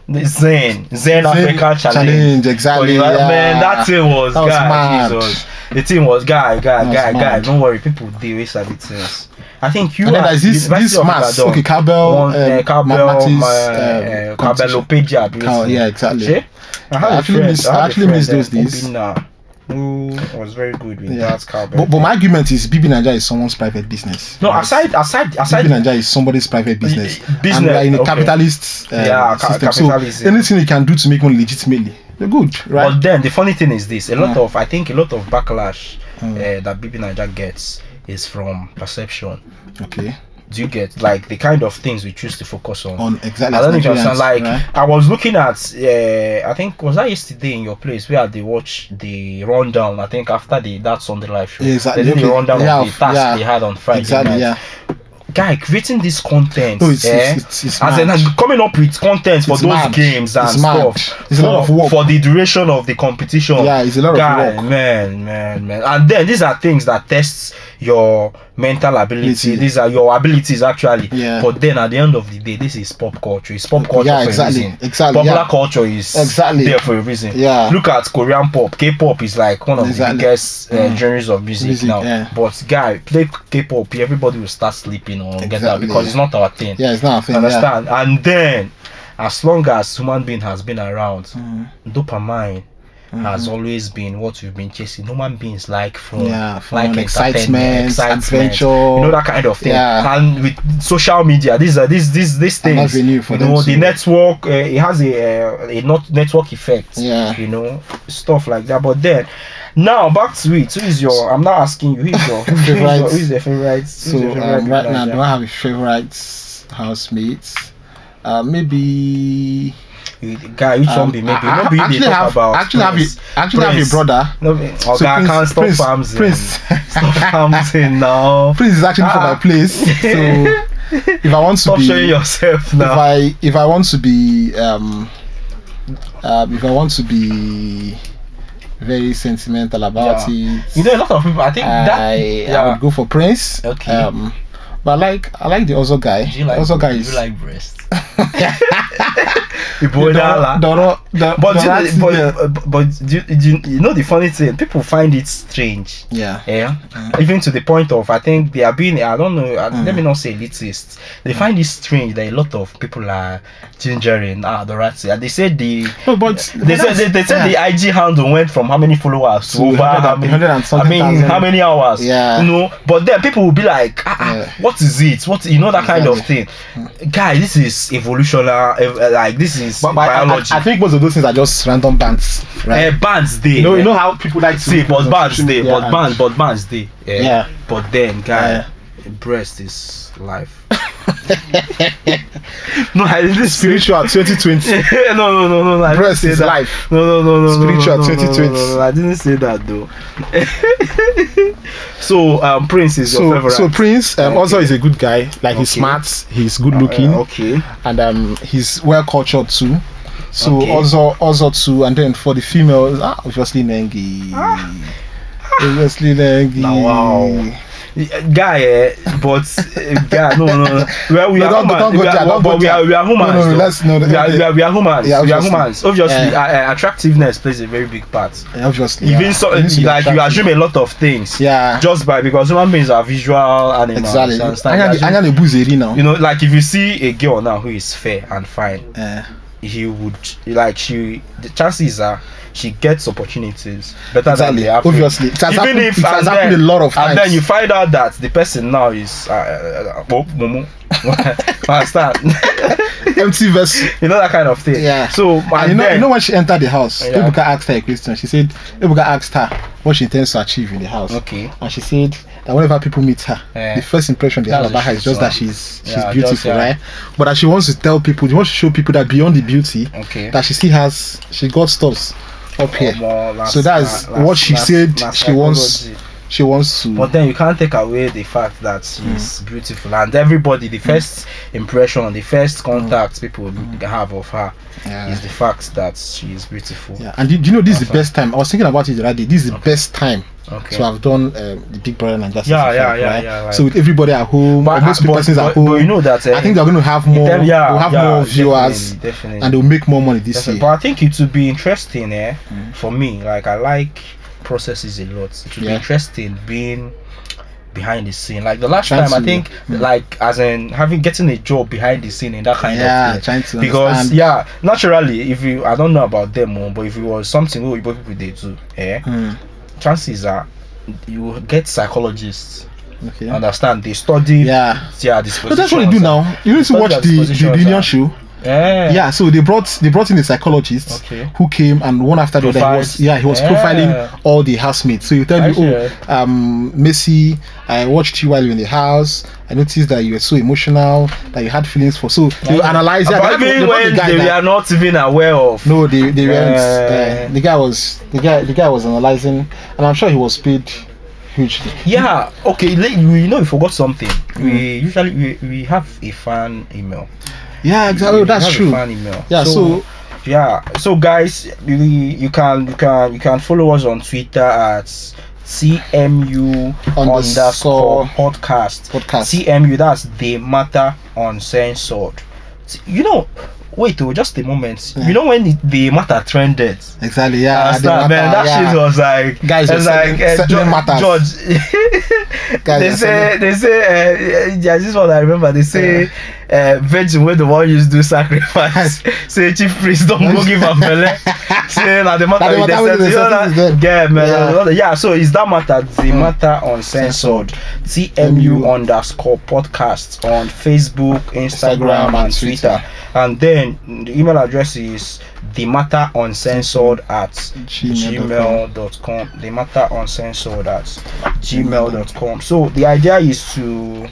Speaker 1: the Zen, Zen Africa Challenge.
Speaker 2: exactly.
Speaker 1: Oliver-
Speaker 2: yeah.
Speaker 1: Man, that thing was,
Speaker 2: That was
Speaker 1: guy,
Speaker 2: mad.
Speaker 1: Jesus. The thing was guy, guy,
Speaker 2: That was
Speaker 1: guy, guy.
Speaker 2: mad.
Speaker 1: Don't worry, people they waste their things. I think you
Speaker 2: and then
Speaker 1: are
Speaker 2: there's this
Speaker 1: University
Speaker 2: this
Speaker 1: of
Speaker 2: mass
Speaker 1: Ibadan.
Speaker 2: okay Cabell
Speaker 1: one, uh,
Speaker 2: um,
Speaker 1: Cabell,
Speaker 2: Matis,
Speaker 1: my,
Speaker 2: um,
Speaker 1: uh,
Speaker 2: competition.
Speaker 1: Cabellopedia, I believe
Speaker 2: Cal-
Speaker 1: so.
Speaker 2: yeah exactly
Speaker 1: See? I, had a
Speaker 2: actually
Speaker 1: friend-
Speaker 2: miss-
Speaker 1: I
Speaker 2: I
Speaker 1: had a
Speaker 2: actually
Speaker 1: friend,
Speaker 2: miss those
Speaker 1: uh,
Speaker 2: days.
Speaker 1: Obinna, who was very good with
Speaker 2: Yeah.
Speaker 1: that Cabell.
Speaker 2: but, but my argument is BB Niger is someone's private business
Speaker 1: no, aside, aside, aside,
Speaker 2: BB Niger is somebody's private business
Speaker 1: Y- y- business,
Speaker 2: and we are in a
Speaker 1: okay.
Speaker 2: capitalist um,
Speaker 1: Yeah, ca-
Speaker 2: system so
Speaker 1: capitalism.
Speaker 2: anything you can do to make money legitimately you're good right
Speaker 1: But then the funny thing is this: a lot
Speaker 2: Mm.
Speaker 1: of, I think, a lot of backlash
Speaker 2: Mm.
Speaker 1: uh, that BB Niger gets is from perception.
Speaker 2: okay
Speaker 1: Do you get like the kind of things we choose to focus on?
Speaker 2: on exactly
Speaker 1: I
Speaker 2: as
Speaker 1: don't think you
Speaker 2: Nigerians,
Speaker 1: understand. Like
Speaker 2: right?
Speaker 1: I was looking at, uh, I think was that yesterday in your place where they watched the rundown. I think after the that's on the live show.
Speaker 2: Yeah,
Speaker 1: They
Speaker 2: exactly,
Speaker 1: did the
Speaker 2: okay.
Speaker 1: rundown
Speaker 2: Yeah,
Speaker 1: of the task
Speaker 2: yeah.
Speaker 1: they had on Friday
Speaker 2: exactly
Speaker 1: night.
Speaker 2: yeah
Speaker 1: Guy creating this content.
Speaker 2: No, it's-
Speaker 1: eh,
Speaker 2: it's- it's- it's
Speaker 1: as in
Speaker 2: mad.
Speaker 1: and coming up with content for
Speaker 2: It's
Speaker 1: those
Speaker 2: mad.
Speaker 1: games and
Speaker 2: It's mad.
Speaker 1: stuff.
Speaker 2: It's a
Speaker 1: for,
Speaker 2: lot of work.
Speaker 1: for the duration of the competition.
Speaker 2: Yeah, it's a lot of
Speaker 1: Guy,
Speaker 2: work.
Speaker 1: Man, man, man. And then these are things that tests your mental ability.
Speaker 2: Ability.
Speaker 1: These are your abilities actually.
Speaker 2: Yeah.
Speaker 1: But then at the end of the day, this is pop culture. It's pop culture
Speaker 2: Yeah,
Speaker 1: for
Speaker 2: exactly,
Speaker 1: a reason.
Speaker 2: exactly,
Speaker 1: Popular
Speaker 2: yeah.
Speaker 1: culture is
Speaker 2: Exactly.
Speaker 1: there for a reason.
Speaker 2: Yeah.
Speaker 1: Look at Korean pop. K-pop is like one of
Speaker 2: Exactly.
Speaker 1: the biggest uh,
Speaker 2: Mm.
Speaker 1: genres of music,
Speaker 2: Music,
Speaker 1: now.
Speaker 2: yeah.
Speaker 1: But guy, play K-pop, everybody will start sleeping or get out
Speaker 2: Exactly.
Speaker 1: because it's not our thing.
Speaker 2: yeah it's not a thing yeah.
Speaker 1: Understand? And then, as long as human being has been around,
Speaker 2: Mm,
Speaker 1: dopamine
Speaker 2: mm.
Speaker 1: has always been what we've been chasing. Human beings like fun,
Speaker 2: Yeah, fun,
Speaker 1: like
Speaker 2: excitement,
Speaker 1: entertainment,
Speaker 2: adventure.
Speaker 1: you know that kind of thing.
Speaker 2: Yeah.
Speaker 1: And with social media, these are these these these
Speaker 2: An
Speaker 1: things.
Speaker 2: avenue for
Speaker 1: you
Speaker 2: them
Speaker 1: know,
Speaker 2: to-
Speaker 1: the network uh, it has a uh, a not network effect.
Speaker 2: Yeah.
Speaker 1: you know stuff like that. But then. Now back to it. Who is your? I'm not asking you. Who is
Speaker 2: *laughs*
Speaker 1: your? Who is your,
Speaker 2: Favorite.
Speaker 1: who is your favorite? who is
Speaker 2: So
Speaker 1: your favorite
Speaker 2: um, right now,
Speaker 1: manager?
Speaker 2: do I have a favorite housemate? Uh, maybe.
Speaker 1: You- the guy which
Speaker 2: um,
Speaker 1: one be maybe
Speaker 2: I- I
Speaker 1: no be you
Speaker 2: actually
Speaker 1: dey talk
Speaker 2: have,
Speaker 1: about
Speaker 2: actually
Speaker 1: Prince.
Speaker 2: have a, actually have a
Speaker 1: Prince.
Speaker 2: brother.
Speaker 1: no be oga
Speaker 2: So
Speaker 1: i can't stop
Speaker 2: Prince,
Speaker 1: farms eh. in
Speaker 2: Prince, *laughs*
Speaker 1: stop farms in now
Speaker 2: Prince is actually from
Speaker 1: Ah.
Speaker 2: my place.
Speaker 1: *laughs*
Speaker 2: So if I want to
Speaker 1: stop
Speaker 2: be,
Speaker 1: showing yourself
Speaker 2: if
Speaker 1: now
Speaker 2: I if I want to be, um, um, if I want to be very sentimental about it.
Speaker 1: You know, a lot of people. I think
Speaker 2: I, uh,
Speaker 1: that.
Speaker 2: I
Speaker 1: Yeah.
Speaker 2: would go for Prince.
Speaker 1: Okay.
Speaker 2: Um, but I like I like the other guy.
Speaker 1: Do you like?
Speaker 2: the other guy
Speaker 1: do
Speaker 2: is *laughs*
Speaker 1: you like *laughs* breasts?
Speaker 2: Dora, Dora, Dora,
Speaker 1: But, you
Speaker 2: Dorothy,
Speaker 1: know, but, uh, but but do, you- do you- you know the funny thing? People find it strange.
Speaker 2: yeah.
Speaker 1: Yeah, even to the point of I think they are being I don't know uh, let me not say elitist. They find it strange that a lot of people are gingering ah Dorati. And they said the
Speaker 2: No, but
Speaker 1: they said they, they said
Speaker 2: yeah.
Speaker 1: the IG handle went from how many followers to
Speaker 2: To
Speaker 1: over
Speaker 2: 100
Speaker 1: how many,
Speaker 2: 100 and
Speaker 1: I
Speaker 2: something
Speaker 1: mean
Speaker 2: thousand.
Speaker 1: how many hours?
Speaker 2: Yeah.
Speaker 1: You know, but then people will be like, ah, ah,
Speaker 2: Yeah.
Speaker 1: what is it? What you know that kind of thing? Guy, this is evolutionary. ev- uh, Like this is
Speaker 2: But- but I- I-
Speaker 1: biology.
Speaker 2: I, think most of those things are just random bands, right?
Speaker 1: Eh, bands day.
Speaker 2: you know, you know how people like to
Speaker 1: See, but
Speaker 2: on
Speaker 1: bands
Speaker 2: social
Speaker 1: day,
Speaker 2: media
Speaker 1: but
Speaker 2: and-
Speaker 1: bands, but bands day. Yeah.
Speaker 2: Yeah.
Speaker 1: But then, guy,
Speaker 2: Yeah.
Speaker 1: breast is
Speaker 2: *laughs*
Speaker 1: life. *laughs* no, I didn't speak.
Speaker 3: Spiritual 2020.
Speaker 1: *laughs* no, no, no, no, no. I didn't
Speaker 2: Breast
Speaker 1: say
Speaker 2: is
Speaker 1: that.
Speaker 2: life.
Speaker 1: No, no, no, no.
Speaker 3: Spiritual
Speaker 1: no, no, no, no,
Speaker 3: 2020.
Speaker 1: No, no, no, I didn't say that though. *laughs* so, um, Prince is your
Speaker 2: So,
Speaker 1: favorite.
Speaker 2: so Prince um, also is a good guy. Like he's
Speaker 1: Okay.
Speaker 2: smart, he's good looking,
Speaker 1: Uh, okay.
Speaker 2: and um, he's well cultured too. So
Speaker 1: Okay.
Speaker 2: also also too, and then for the females, ah, obviously Nengi, obviously Nengi.
Speaker 1: Ah. Now, wow. Yeah, Guy, eh, but uh, guy, no, no, no. We are, we
Speaker 2: No,
Speaker 1: are
Speaker 2: don't-
Speaker 1: humans.
Speaker 2: don't go
Speaker 1: we are, but-
Speaker 2: there, don't go
Speaker 1: but we
Speaker 2: there.
Speaker 1: are, we are
Speaker 2: No, no,
Speaker 1: humans. though.
Speaker 2: let's- no,
Speaker 1: we, are,
Speaker 2: okay.
Speaker 1: we, are, we are humans.
Speaker 2: Yeah,
Speaker 1: we are
Speaker 2: obviously.
Speaker 1: humans. Obviously,
Speaker 2: Yeah.
Speaker 1: uh, uh, attractiveness plays a very big part.
Speaker 2: Yeah, obviously.
Speaker 1: even
Speaker 2: yeah.
Speaker 1: so
Speaker 2: He needs to be
Speaker 1: like you
Speaker 2: attractive.
Speaker 1: assume a lot of things
Speaker 2: Yeah.
Speaker 1: just by because human beings are visual animals
Speaker 2: Exactly.
Speaker 1: you understand? You assume-
Speaker 2: Anya the Buzeri now.
Speaker 1: you
Speaker 2: *laughs*
Speaker 1: know like if you see a girl now who is fair and fine
Speaker 2: Eh,
Speaker 1: he would like she the chances are she gets opportunities better than
Speaker 2: Exactly.
Speaker 1: the average.
Speaker 2: Obviously. It has
Speaker 1: Even
Speaker 2: happened-
Speaker 1: if,
Speaker 2: it has
Speaker 1: and
Speaker 2: happened
Speaker 1: then-
Speaker 2: a lot of
Speaker 1: and
Speaker 2: times.
Speaker 1: then you find out that the person now is uh, uh, uh, oh,
Speaker 2: *laughs*
Speaker 1: mumu *laughs* understand *laughs*
Speaker 2: Empty vessel.
Speaker 1: you know that kind of thing
Speaker 2: Yeah.
Speaker 1: so
Speaker 2: And
Speaker 1: and
Speaker 2: you know,
Speaker 1: then,
Speaker 2: you know when she entered the house,
Speaker 1: Yeah.
Speaker 2: Ebuka asked her a question. She said, Ebuka asked her what she intends to achieve in the house.
Speaker 1: okay
Speaker 2: And she said that whenever people meet her,
Speaker 1: Yeah.
Speaker 2: the first impression they
Speaker 1: Eh. That's
Speaker 2: have
Speaker 1: a
Speaker 2: about her
Speaker 1: shit
Speaker 2: is just
Speaker 1: one.
Speaker 2: that she's she's
Speaker 1: Yeah,
Speaker 2: beautiful,
Speaker 1: just, yeah.
Speaker 2: right? But that she wants to tell people, she wants to show people that beyond the beauty,
Speaker 1: okay
Speaker 2: that she still has, she got stuffs up here.
Speaker 1: Omo, last-
Speaker 2: So that's
Speaker 1: last-
Speaker 2: what she
Speaker 1: last-
Speaker 2: said
Speaker 1: last
Speaker 2: she wants.
Speaker 1: psychology.
Speaker 2: She wants to.
Speaker 1: But then you can't take away the fact that she's
Speaker 2: Mm.
Speaker 1: beautiful, and everybody, the first impression, the first contact people have of her
Speaker 2: Mm. Yeah.
Speaker 1: is the fact that she is beautiful.
Speaker 2: Yeah, and do, do you know this is the best time? I was thinking about it the other day. This is the best time
Speaker 1: Okay.
Speaker 2: to have done um, the Big Brother and Justice.
Speaker 1: Yeah,
Speaker 2: in
Speaker 1: yeah,
Speaker 2: fact,
Speaker 1: yeah,
Speaker 2: right?
Speaker 1: yeah, right.
Speaker 2: So with everybody at home,
Speaker 1: But-
Speaker 2: or most
Speaker 1: but-
Speaker 2: persons
Speaker 1: but-
Speaker 2: at home,
Speaker 1: but you know that, uh,
Speaker 2: oh, I think they're going to have more.
Speaker 1: Then- yeah,
Speaker 2: we'll have
Speaker 1: yeah,
Speaker 2: more viewers,
Speaker 1: definitely, definitely.
Speaker 2: and they'll make more money this
Speaker 1: Definitely.
Speaker 2: year.
Speaker 1: But I think it would be interesting, eh?
Speaker 2: Mm.
Speaker 1: For me, like I like processes a lot. It would be
Speaker 2: Yeah.
Speaker 1: interesting being behind the scene. Like the last
Speaker 2: Trying
Speaker 1: time, I
Speaker 2: to- Mm.
Speaker 1: think, like as in having getting a job behind the scene in that kind
Speaker 2: Yeah,
Speaker 1: of thing.
Speaker 2: trying to
Speaker 1: because
Speaker 2: understand.
Speaker 1: yeah, naturally, if you I don't know about them, oh, but if it was something what people they do, eh?
Speaker 2: Mm,
Speaker 1: Chances are you will get psychologists.
Speaker 2: okay.
Speaker 1: Understand? They study.
Speaker 2: yeah.
Speaker 1: Yeah,
Speaker 2: But that's what they do now. You need to
Speaker 1: Because
Speaker 2: watch
Speaker 1: their
Speaker 2: the, the
Speaker 1: dispositions
Speaker 2: reunion
Speaker 1: are-
Speaker 2: show.
Speaker 1: Yeah.
Speaker 2: Yeah, so they brought they brought in a psychologist
Speaker 1: Okay.
Speaker 2: who came and one after the other he was
Speaker 1: Profiles.
Speaker 2: yeah he was
Speaker 1: Yeah.
Speaker 2: profiling all the housemates. So you tell you,
Speaker 1: Actually,
Speaker 2: oh, um, Messi, I watched you while you were in the house. I noticed that you were so emotional that you had feelings for. So they analyzed that.
Speaker 1: But
Speaker 2: They
Speaker 1: even
Speaker 2: brought the
Speaker 1: when
Speaker 2: guy
Speaker 1: they
Speaker 2: that-
Speaker 1: are not even aware of.
Speaker 2: no, they they weren't.
Speaker 1: Yeah.
Speaker 2: Uh, the guy was the guy the guy was analyzing, and I'm sure he was paid hugely.
Speaker 1: Yeah. Okay. let- You you know, we forgot something.
Speaker 2: Mm.
Speaker 1: We usually we, we have a fan email.
Speaker 2: Yeah, exactly. Oh,
Speaker 1: We
Speaker 2: that's
Speaker 1: have a
Speaker 2: true.
Speaker 1: fan email.
Speaker 2: Yeah, so-
Speaker 1: yeah. So guys, you, you can you can you can follow us on Twitter at CMU
Speaker 2: Underscore
Speaker 1: underscore podcast.
Speaker 2: podcast.
Speaker 1: CMU. That's the matter uncensored. S- You know. Wait, oh, just a moment. You know when it- the matter trended.
Speaker 2: Exactly. Yeah.
Speaker 1: That's
Speaker 2: they
Speaker 1: not- man,
Speaker 2: matter,
Speaker 1: that
Speaker 2: yeah.
Speaker 1: shit was like
Speaker 2: Guys,
Speaker 1: it's
Speaker 2: you're
Speaker 1: like
Speaker 2: selling- selling
Speaker 1: *laughs*
Speaker 2: matters.
Speaker 1: George.
Speaker 2: Guys,
Speaker 1: they,
Speaker 2: you're
Speaker 1: say, they say uh, yeah, this is what I remember. They say uh, virgin when the one used to do
Speaker 2: *laughs*
Speaker 1: sacrifice. say chief priest don't go give a belle. say now the matter
Speaker 2: the
Speaker 1: with
Speaker 2: matter
Speaker 1: the
Speaker 2: with the
Speaker 1: you know that-
Speaker 2: sentence is
Speaker 1: yeah man
Speaker 2: Yeah.
Speaker 1: eh,
Speaker 2: Mm.
Speaker 1: yeah. So is that matter the matter uncensored? TMU underscore podcast on Facebook, Instagram,
Speaker 2: Instagram
Speaker 1: and
Speaker 2: and
Speaker 1: Twitter.
Speaker 2: Twitter.
Speaker 1: And then the email address is the matter uncensored at
Speaker 2: Gmail.com.
Speaker 1: gmail.com. The matter uncensored at gmail.com. So the idea is to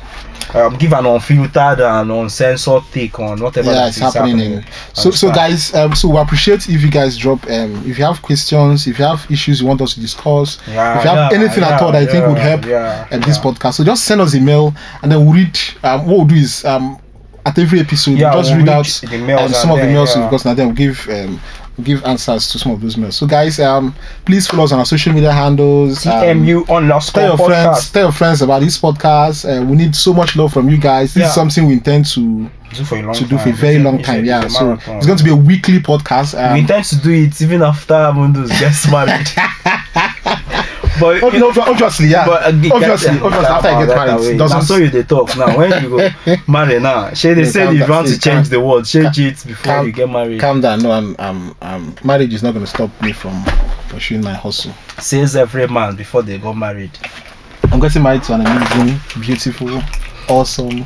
Speaker 1: um, give an unfiltered and uncensored take on whatever
Speaker 2: yeah,
Speaker 1: that
Speaker 2: it's
Speaker 1: is
Speaker 2: happening.
Speaker 1: happening.
Speaker 2: in- So, so
Speaker 1: Understand?
Speaker 2: guys, um, so we appreciate if you guys drop. Um, if you have questions, if you have issues you want us to discuss,
Speaker 1: Yeah,
Speaker 2: if you have
Speaker 1: yeah,
Speaker 2: anything at
Speaker 1: yeah,
Speaker 2: all that you think would
Speaker 1: yeah,
Speaker 2: help
Speaker 1: yeah,
Speaker 2: um, this
Speaker 1: yeah.
Speaker 2: podcast, so just send us a mail and then we'll read. Um, what we'll do is um, at every episode,
Speaker 1: Yeah,
Speaker 2: we'll just
Speaker 1: we'll
Speaker 2: read
Speaker 1: read
Speaker 2: out
Speaker 1: the mails
Speaker 2: um, some
Speaker 1: and
Speaker 2: of the
Speaker 1: then,
Speaker 2: mails
Speaker 1: yeah.
Speaker 2: we've gotten, and then we'll give um, give answers to some of those mails. So, guys, um, please follow us on our social media handles. um,
Speaker 1: TMU underscore
Speaker 2: Tell your friends,
Speaker 1: podcast.
Speaker 2: tell your friends about this podcast. Uh, we need so much love from you guys. This
Speaker 1: Yeah.
Speaker 2: is something we intend to
Speaker 1: Do for a long
Speaker 2: to do for a
Speaker 1: time.
Speaker 2: very
Speaker 1: It's
Speaker 2: long
Speaker 1: it's
Speaker 2: time.
Speaker 1: it's
Speaker 2: Yeah,
Speaker 1: a
Speaker 2: so
Speaker 1: marathon.
Speaker 2: it's going to be a weekly podcast.
Speaker 1: we
Speaker 2: Um,
Speaker 1: intend to do it even after Mundo's gets married.
Speaker 2: *laughs*
Speaker 1: but
Speaker 2: ob- no, obviously, yeah.
Speaker 1: but uh,
Speaker 2: obviously, obviously, after I get married, it
Speaker 1: that's how
Speaker 2: doesn't
Speaker 1: you dey talk now. When you go
Speaker 2: *laughs*
Speaker 1: marry now, shey they
Speaker 2: No,
Speaker 1: say
Speaker 2: calm
Speaker 1: if you
Speaker 2: down,
Speaker 1: want to
Speaker 2: see, calm-
Speaker 1: change the world, shey cheat before
Speaker 2: calm-
Speaker 1: you get married.
Speaker 2: calm down. No, I'm, I'm, I'm. Marriage is not going to stop me from pursuing my hustle.
Speaker 1: Says every man before they got married.
Speaker 2: I'm getting married to an amazing, beautiful, awesome.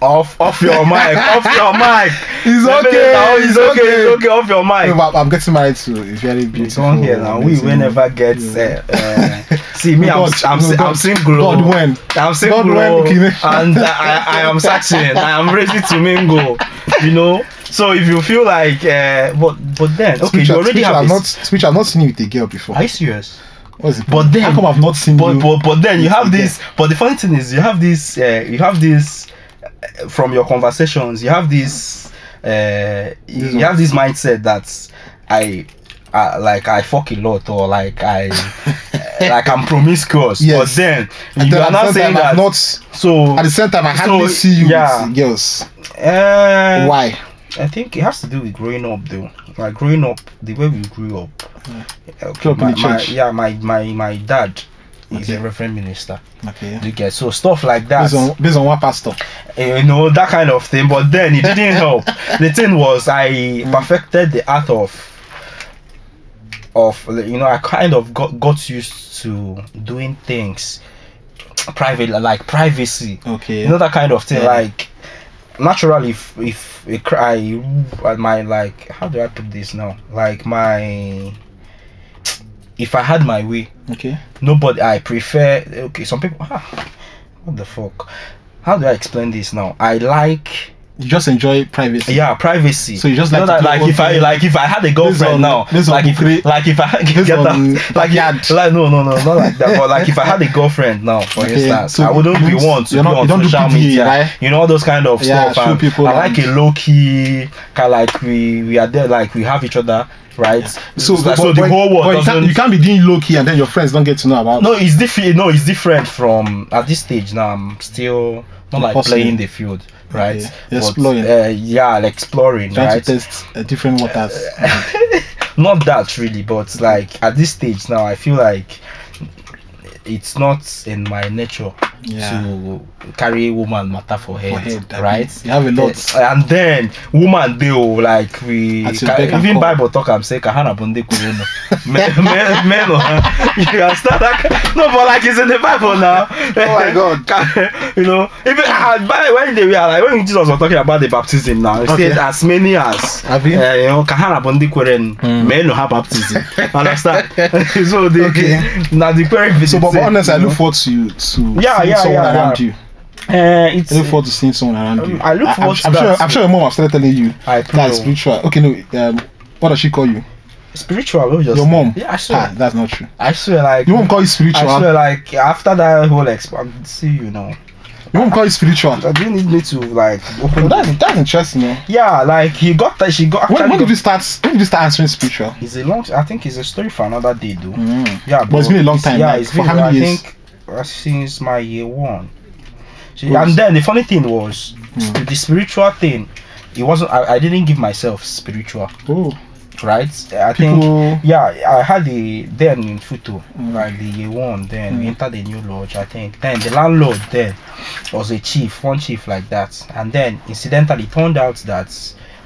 Speaker 1: Off, off your mic, off your mic.
Speaker 2: It's
Speaker 1: Let me
Speaker 2: okay,
Speaker 1: know, It's
Speaker 2: it's
Speaker 1: okay.
Speaker 2: okay.
Speaker 1: It's okay. Off your mic.
Speaker 2: No, but I'm getting married to a very
Speaker 1: It's
Speaker 2: beautiful.
Speaker 1: on here now. We
Speaker 2: amazing-
Speaker 1: will never get.
Speaker 2: *laughs*
Speaker 1: Uh, uh, see me, I'm,
Speaker 2: God,
Speaker 1: I'm,
Speaker 2: no,
Speaker 1: I'm
Speaker 2: God.
Speaker 1: single.
Speaker 2: God when?
Speaker 1: I'm single
Speaker 2: God when Kine-
Speaker 1: *laughs* and I, I am searching. I am ready to mingle. You know. So if you feel like, uh, but but then okay,
Speaker 2: which
Speaker 1: you
Speaker 2: I-
Speaker 1: already
Speaker 2: which
Speaker 1: have.
Speaker 2: I've
Speaker 1: this-
Speaker 2: not, which I've not seen you with a girl before.
Speaker 1: Are you serious?
Speaker 2: What's the
Speaker 1: But
Speaker 2: point?
Speaker 1: then-
Speaker 2: how come I've not seen
Speaker 1: But
Speaker 2: you?
Speaker 1: but but then you
Speaker 2: Yes,
Speaker 1: have
Speaker 2: okay.
Speaker 1: this. But the funny thing is, you have this. Uh, you have this uh, from your conversations. You have this. Uh, you
Speaker 2: one.
Speaker 1: have this mindset that I. Uh, like I fuck a lot, or like
Speaker 2: *laughs*
Speaker 1: I, like I'm promiscuous. But
Speaker 2: Yes.
Speaker 1: then
Speaker 2: And
Speaker 1: you
Speaker 2: then
Speaker 1: are
Speaker 2: at the
Speaker 1: not
Speaker 2: same
Speaker 1: saying
Speaker 2: time,
Speaker 1: that.
Speaker 2: I've not.
Speaker 1: so
Speaker 2: At the same time, I
Speaker 1: So,
Speaker 2: hardly see you
Speaker 1: yeah.
Speaker 2: with girls.
Speaker 1: uh,
Speaker 2: Why?
Speaker 1: I think it has to do with growing up though. Like growing up, the way we grew up. Okay,
Speaker 2: Grew up Hmm. in
Speaker 1: my,
Speaker 2: the
Speaker 1: my-
Speaker 2: church.
Speaker 1: yeah, my my my dad is a
Speaker 2: Okay.
Speaker 1: reverend minister.
Speaker 2: Okay.
Speaker 1: You get so stuff like that.
Speaker 2: Based on, based on one pastor.
Speaker 1: you know that kind of thing but then it didn't help the thing was i perfected the art of of you know i kind of got, got used to doing things private like privacy
Speaker 2: Okay.
Speaker 1: you know that kind of thing
Speaker 2: Yeah.
Speaker 1: like naturally if if a cr- I I my like how do i put this now like my if i had my way
Speaker 2: Okay.
Speaker 1: nobody i prefer okay some people ah, what the fuck how do i explain this now i like
Speaker 2: You just enjoy privacy.
Speaker 1: yeah privacy
Speaker 2: So you just
Speaker 1: know
Speaker 2: like
Speaker 1: that,
Speaker 2: to do
Speaker 1: like
Speaker 2: your
Speaker 1: if
Speaker 2: own
Speaker 1: i
Speaker 2: thing.
Speaker 1: like if i had a girlfriend
Speaker 2: on-
Speaker 1: now
Speaker 2: based on
Speaker 1: like if
Speaker 2: Bukri-
Speaker 1: like if i
Speaker 2: based
Speaker 1: get
Speaker 2: on
Speaker 1: that like,
Speaker 2: backyard.
Speaker 1: if- like no no no not like that but like
Speaker 2: *laughs*
Speaker 1: if i had a girlfriend now for
Speaker 2: Okay,
Speaker 1: instance
Speaker 2: so
Speaker 1: i wouldn't
Speaker 2: you
Speaker 1: be
Speaker 2: don't-
Speaker 1: one to
Speaker 2: you're
Speaker 1: be
Speaker 2: not-
Speaker 1: on
Speaker 2: you don't do
Speaker 1: social
Speaker 2: PPA,
Speaker 1: media
Speaker 2: right?
Speaker 1: you know all those kind of
Speaker 2: Yeah,
Speaker 1: stuff
Speaker 2: show
Speaker 1: and
Speaker 2: people
Speaker 1: i like
Speaker 2: and-
Speaker 1: a low-key kind like we we are there like we have each other right so, so, the whole world
Speaker 2: but you, can't,
Speaker 1: doesn't
Speaker 2: you can't be doing low key and then your friends don't get to know about.
Speaker 1: no, it's different. No, it's different from at this stage now. I'm still not like
Speaker 2: Hustling.
Speaker 1: playing the field, right?
Speaker 2: Okay. Exploring.
Speaker 1: uh, yeah, like exploring,
Speaker 2: trying
Speaker 1: right?
Speaker 2: to test uh,
Speaker 1: *laughs*
Speaker 2: different waters.
Speaker 1: Not that really, but like at this stage now, I feel like it's not in my nature
Speaker 2: Yeah.
Speaker 1: to carry woman matter for
Speaker 2: For
Speaker 1: head,
Speaker 2: head, I
Speaker 1: right?
Speaker 2: mean, You have a lot.
Speaker 1: Uh, and then woman dey o like we
Speaker 2: At your
Speaker 1: ka-
Speaker 2: beck and
Speaker 1: even
Speaker 2: call.
Speaker 1: bible talk am say kahana bonde
Speaker 2: *laughs*
Speaker 1: kurono men men men o *laughs* you understand that ki- no but like it's in the bible now
Speaker 2: Oh
Speaker 1: *laughs*
Speaker 2: my God.
Speaker 1: Ka- you know even ah by when they were like when jesus was talking about the baptism now he okay.
Speaker 2: Okay.
Speaker 1: said as many as uh,
Speaker 2: Abi?
Speaker 1: you know kahana bonde kurono
Speaker 2: Hmm.
Speaker 1: mm. men no have
Speaker 2: *laughs*
Speaker 1: baptism understand *laughs* so the
Speaker 2: Okay.
Speaker 1: na the query be
Speaker 2: So,
Speaker 1: the
Speaker 2: but, but
Speaker 1: same,
Speaker 2: honestly, I
Speaker 1: you
Speaker 2: look
Speaker 1: know.
Speaker 2: forward to you to
Speaker 1: Yeah,
Speaker 2: seeing
Speaker 1: yeah,
Speaker 2: someone
Speaker 1: yeah,
Speaker 2: around
Speaker 1: yeah.
Speaker 2: you.
Speaker 1: uh, it's
Speaker 2: I look forward to seeing someone around you.
Speaker 1: I look forward
Speaker 2: I'm,
Speaker 1: to
Speaker 2: I'm
Speaker 1: that.
Speaker 2: Sure, I'm sure your mom has started telling you
Speaker 1: I
Speaker 2: that's
Speaker 1: know.
Speaker 2: spiritual. Okay, no. Um, what does she call you?
Speaker 1: spiritual obviously
Speaker 2: Your mom.
Speaker 1: yeah i swear
Speaker 2: Ah, that's not true.
Speaker 1: i swear like
Speaker 2: Your mom call you spiritual.
Speaker 1: I swear, like after that whole exp, I'm see you now.
Speaker 2: Your mom call you
Speaker 1: *laughs*
Speaker 2: spiritual.
Speaker 1: So do you need me to like
Speaker 2: Well,
Speaker 1: open?
Speaker 2: that's that's interesting. Yeah.
Speaker 1: yeah, like he got that. She got.
Speaker 2: When,
Speaker 1: actually got-
Speaker 2: when did you start? When did you start answering spiritual?
Speaker 1: It's a long. I think it's a story for another day, though.
Speaker 2: Mm.
Speaker 1: Yeah,
Speaker 2: But it's been a long time,
Speaker 1: Yeah,
Speaker 2: like,
Speaker 1: it's
Speaker 2: for
Speaker 1: been.
Speaker 2: how
Speaker 1: I
Speaker 2: many years?
Speaker 1: think uh, since my year one. See,
Speaker 2: Yes.
Speaker 1: and then the funny thing was
Speaker 2: Hmm.
Speaker 1: sp- the spiritual thing. It wasn't. I, I didn't give myself spiritual,
Speaker 2: Oh,
Speaker 1: right? I think.
Speaker 2: people.
Speaker 1: Yeah, I had the then in Futo,
Speaker 2: Mm.
Speaker 1: like the year one. Then we
Speaker 2: Mm.
Speaker 1: entered the new lodge. I think then the landlord then was a chief, one chief like that. And then incidentally, it turned out that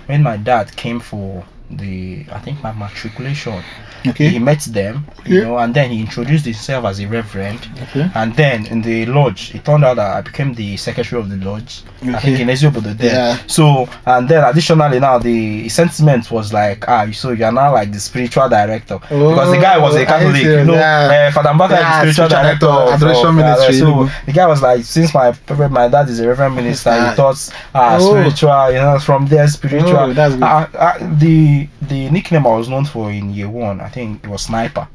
Speaker 1: when my dad came for the I think my matriculation, he
Speaker 2: Okay.
Speaker 1: met them, you
Speaker 2: Yeah.
Speaker 1: know, and then he introduced himself as a reverend.
Speaker 2: Okay.
Speaker 1: And then in the lodge, it turned out that I became the secretary of the lodge. I
Speaker 2: *laughs*
Speaker 1: think
Speaker 2: Okay.
Speaker 1: in Ezio Bodo there.
Speaker 2: Yeah.
Speaker 1: So and then additionally now the sentiment was like ah so you are now like the spiritual director because the guy was
Speaker 2: Oh,
Speaker 1: a
Speaker 2: I
Speaker 1: Catholic
Speaker 2: see,
Speaker 1: you know
Speaker 2: yeah.
Speaker 1: uh, Father Mbaka is
Speaker 2: Yeah,
Speaker 1: the spiritual
Speaker 2: spiritual
Speaker 1: director
Speaker 2: director,
Speaker 1: of-
Speaker 2: Adoration
Speaker 1: of- uh,
Speaker 2: Ministry,
Speaker 1: so
Speaker 2: Enugu.
Speaker 1: the guy was like since my papa- my dad is a reverend minister he
Speaker 2: Ah.
Speaker 1: thought ah
Speaker 2: Oh.
Speaker 1: spiritual you know from there spiritual
Speaker 2: Oh, that's good.
Speaker 1: Ah, ah, the the nickname I was known for in year one I think it was sniper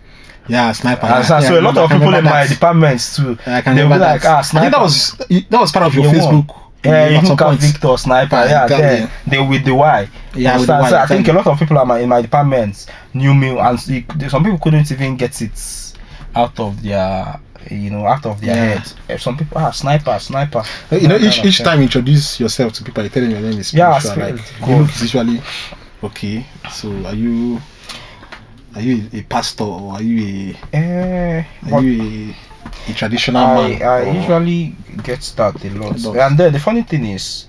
Speaker 2: Yeah, sniper.
Speaker 1: And Ah, so-
Speaker 2: Ah, yeah,
Speaker 1: so a lot
Speaker 2: I
Speaker 1: of
Speaker 2: can
Speaker 1: people in
Speaker 2: remember
Speaker 1: my
Speaker 2: that.
Speaker 1: departments too
Speaker 2: I can
Speaker 1: they were
Speaker 2: remember
Speaker 1: like
Speaker 2: that.
Speaker 1: ah
Speaker 2: I think
Speaker 1: sniper Eh,
Speaker 2: that was that was part of your
Speaker 1: Year one.
Speaker 2: Facebook
Speaker 1: Yeah,
Speaker 2: at
Speaker 1: you
Speaker 2: some
Speaker 1: look at
Speaker 2: point.
Speaker 1: Victor Sniper.
Speaker 2: Yeah,
Speaker 1: Yeah,
Speaker 2: exactly.
Speaker 1: then they with the Y.
Speaker 2: Yeah,
Speaker 1: You
Speaker 2: with the
Speaker 1: understand? So
Speaker 2: Y,
Speaker 1: I
Speaker 2: exactly.
Speaker 1: think a lot of people are my, in my department knew me, and s- you c- some people couldn't even get it out of their, you know, out of their
Speaker 2: Yeah.
Speaker 1: head. Eh, Some people ah sniper, sniper.
Speaker 2: You know,
Speaker 1: That
Speaker 2: each
Speaker 1: kind of
Speaker 2: each
Speaker 1: thing.
Speaker 2: time you introduce yourself to people, you tell them your name is
Speaker 1: Yeah,
Speaker 2: spiritual.
Speaker 1: spirit.
Speaker 2: like,
Speaker 1: God.
Speaker 2: you look is usually okay. So are you are you a pastor or are you
Speaker 1: Eh,
Speaker 2: a
Speaker 1: but
Speaker 2: are you a, a traditional
Speaker 1: I,
Speaker 2: man?
Speaker 1: I
Speaker 2: or-
Speaker 1: usually get that a lot.
Speaker 2: But-
Speaker 1: And then the funny thing is,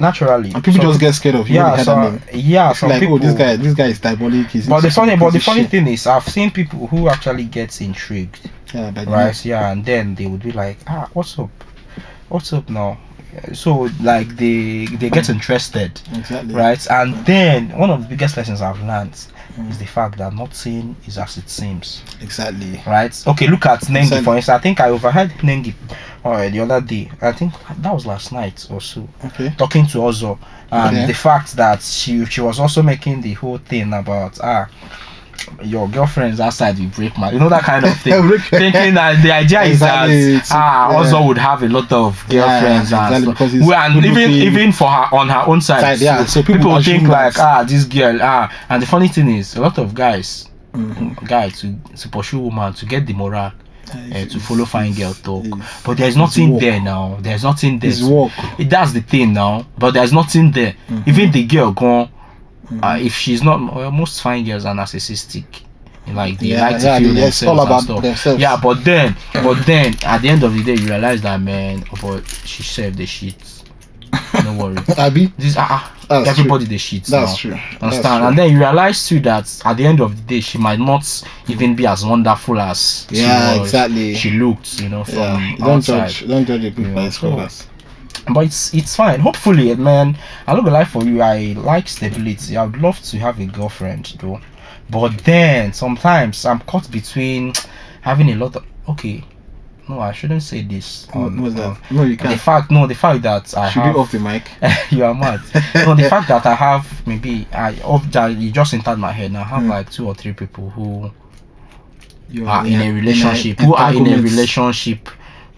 Speaker 1: naturally,
Speaker 2: and people
Speaker 1: some-
Speaker 2: just get scared of you when
Speaker 1: yeah,
Speaker 2: they hear that
Speaker 1: so,
Speaker 2: name.
Speaker 1: yeah,
Speaker 2: It's
Speaker 1: some
Speaker 2: like,
Speaker 1: people.
Speaker 2: oh, this guy, this guy is diabolic. He's
Speaker 1: but the
Speaker 2: into some
Speaker 1: funny, but the
Speaker 2: crazy
Speaker 1: funny
Speaker 2: shit.
Speaker 1: thing is, I've seen people who actually get intrigued.
Speaker 2: yeah, by the name.
Speaker 1: right? Yeah, and then they would be like, ah, what's up? What's up now? So like they they get interested,
Speaker 2: exactly,
Speaker 1: right? And then one of the biggest lessons I've learned is the fact that not saying is as it seems,
Speaker 2: exactly.
Speaker 1: right? Okay, look at Nengi
Speaker 2: Exactly.
Speaker 1: for instance. I think I overheard Nengi uh, the other day. I think that was last night or so
Speaker 2: Okay,
Speaker 1: talking to Ozo and
Speaker 2: Okay.
Speaker 1: the fact that she she was also making the whole thing about ah your girlfriend's outside will break my you know that kind
Speaker 2: *laughs*
Speaker 1: of thing
Speaker 2: Break-
Speaker 1: thinking that the idea
Speaker 2: Exactly,
Speaker 1: is
Speaker 2: it's-
Speaker 1: that ah
Speaker 2: yeah.
Speaker 1: Ozo would have a lot of girlfriends
Speaker 2: Yeah, exactly,
Speaker 1: and,
Speaker 2: because
Speaker 1: stuff.
Speaker 2: it's
Speaker 1: Well, and even
Speaker 2: good-looking.
Speaker 1: even for her on her own side,
Speaker 2: Side, yeah, so people
Speaker 1: people,
Speaker 2: assume
Speaker 1: think like
Speaker 2: that.
Speaker 1: ah this girl ah and the funny thing is a lot of guys
Speaker 2: Mhm.
Speaker 1: guy to to pursue woman to get the morale eh, to follow fine girl talk
Speaker 2: it's-
Speaker 1: but there's
Speaker 2: it's
Speaker 1: nothing
Speaker 2: work.
Speaker 1: there now there's nothing there
Speaker 2: It's
Speaker 1: to-
Speaker 2: work.
Speaker 1: that's the thing now but there's nothing there
Speaker 2: Mm-hmm.
Speaker 1: even the girl gone uh, if she's not well, most fine girls are narcissistic like they
Speaker 2: Yeah,
Speaker 1: like to
Speaker 2: yeah,
Speaker 1: feel
Speaker 2: they- it's
Speaker 1: themselves
Speaker 2: all about
Speaker 1: and stuff.
Speaker 2: themselves.
Speaker 1: yeah but then but then at the end of the day you realize that man but she served the shit no
Speaker 2: *laughs*
Speaker 1: worry
Speaker 2: Abby,
Speaker 1: this ah, ah
Speaker 2: That's
Speaker 1: everybody the shit
Speaker 2: that's
Speaker 1: now.
Speaker 2: true. That's
Speaker 1: Understand,
Speaker 2: true.
Speaker 1: and then you realize too that at the end of the day, she might not even be as wonderful as she
Speaker 2: Yeah,
Speaker 1: was-
Speaker 2: exactly.
Speaker 1: She looked, you know, from
Speaker 2: yeah, you don't
Speaker 1: outside
Speaker 2: judge, don't judge the people by
Speaker 1: Yeah,
Speaker 2: its
Speaker 1: so-
Speaker 2: covers.
Speaker 1: but it's it's fine. Hopefully, man. I look alive for you. I like stability. I would love to have a girlfriend though, but then sometimes I'm caught between having a lot of okay. No, I shouldn't say this.
Speaker 2: No,
Speaker 1: on-
Speaker 2: no,
Speaker 1: on-
Speaker 2: that- no, you
Speaker 1: the
Speaker 2: can't.
Speaker 1: fact, no, the fact that Um, I
Speaker 2: Should
Speaker 1: have
Speaker 2: be off the mic.
Speaker 1: *laughs* you are mad. no, the fact that I have maybe I of that you just entered my head. Now I have
Speaker 2: Hmm.
Speaker 1: like two or three people who
Speaker 2: You
Speaker 1: are in a relationship, who are in a
Speaker 2: entanglement
Speaker 1: relationship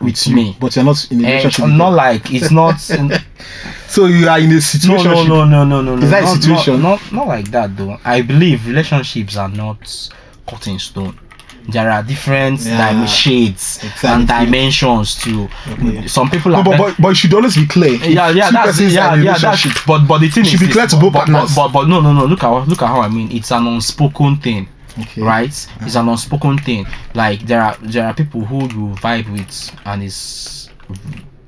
Speaker 1: with
Speaker 2: you,
Speaker 1: me.
Speaker 2: but you're not in a
Speaker 1: And
Speaker 2: relationship. with
Speaker 1: not
Speaker 2: them.
Speaker 1: like it's
Speaker 2: *laughs*
Speaker 1: not
Speaker 2: so you are in a
Speaker 1: no,
Speaker 2: situation.
Speaker 1: no, no, no, no, no, no.
Speaker 2: Is that a
Speaker 1: not,
Speaker 2: situation?
Speaker 1: Not, not, not like that though. I believe relationships are not cut in stone. There are different
Speaker 2: Yeah,
Speaker 1: dim- shades
Speaker 2: exactly.
Speaker 1: and dimensions to.
Speaker 2: Okay.
Speaker 1: Some people
Speaker 2: No,
Speaker 1: are.
Speaker 2: but, but but you should always be clear.
Speaker 1: yeah,
Speaker 2: If
Speaker 1: yeah,
Speaker 2: two
Speaker 1: that's
Speaker 2: persons
Speaker 1: yeah,
Speaker 2: are in a
Speaker 1: yeah, that's.
Speaker 2: relationship,
Speaker 1: But but the thing
Speaker 2: Should
Speaker 1: is,
Speaker 2: be
Speaker 1: this,
Speaker 2: clear to
Speaker 1: but-
Speaker 2: both
Speaker 1: but,
Speaker 2: partners.
Speaker 1: But, but no, no, no. Look at look at how I mean. It's an unspoken thing,
Speaker 2: okay.
Speaker 1: right? It's an unspoken thing. Like there are there are people who you vibe with and it's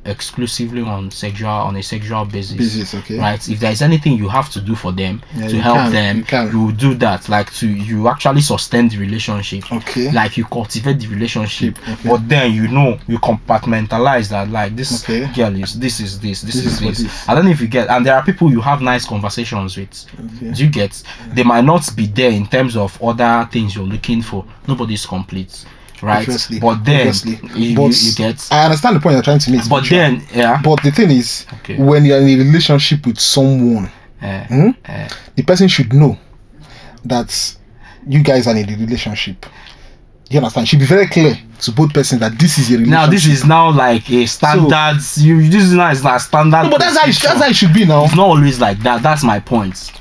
Speaker 1: exclusively on sexual on a sexual
Speaker 2: Business, okay.
Speaker 1: right if there's anything you have to do for them
Speaker 2: Yeah,
Speaker 1: to
Speaker 2: you
Speaker 1: help
Speaker 2: can,
Speaker 1: them
Speaker 2: you can.
Speaker 1: will do that like to you actually sustain the relationship
Speaker 2: Okay.
Speaker 1: like you cultivate the relationship
Speaker 2: Okay.
Speaker 1: but then you know you compartmentalize that like this
Speaker 2: Okay.
Speaker 1: girl is this is this this,
Speaker 2: This
Speaker 1: is,
Speaker 2: is for
Speaker 1: this.
Speaker 2: this.
Speaker 1: i don't know if you get and there are people you have nice conversations with
Speaker 2: Okay.
Speaker 1: do you get they might not be there in terms of other things you're looking for nobody's complete right
Speaker 2: Obviously,
Speaker 1: but then
Speaker 2: obviously.
Speaker 1: You,
Speaker 2: But
Speaker 1: you get
Speaker 2: I understand the point you're trying to make.
Speaker 1: but then yeah
Speaker 2: but the thing is,
Speaker 1: Okay.
Speaker 2: when you're in a relationship with someone,
Speaker 1: eh,
Speaker 2: hmm,
Speaker 1: eh,
Speaker 2: the person should know that you guys are in a relationship. You understand? Should be very clear to both persons that this is a relationship.
Speaker 1: now this is now like a standard you you- this is now is not standard
Speaker 2: no, but that's how it, that's how it should be now.
Speaker 1: it's not always like that that's my point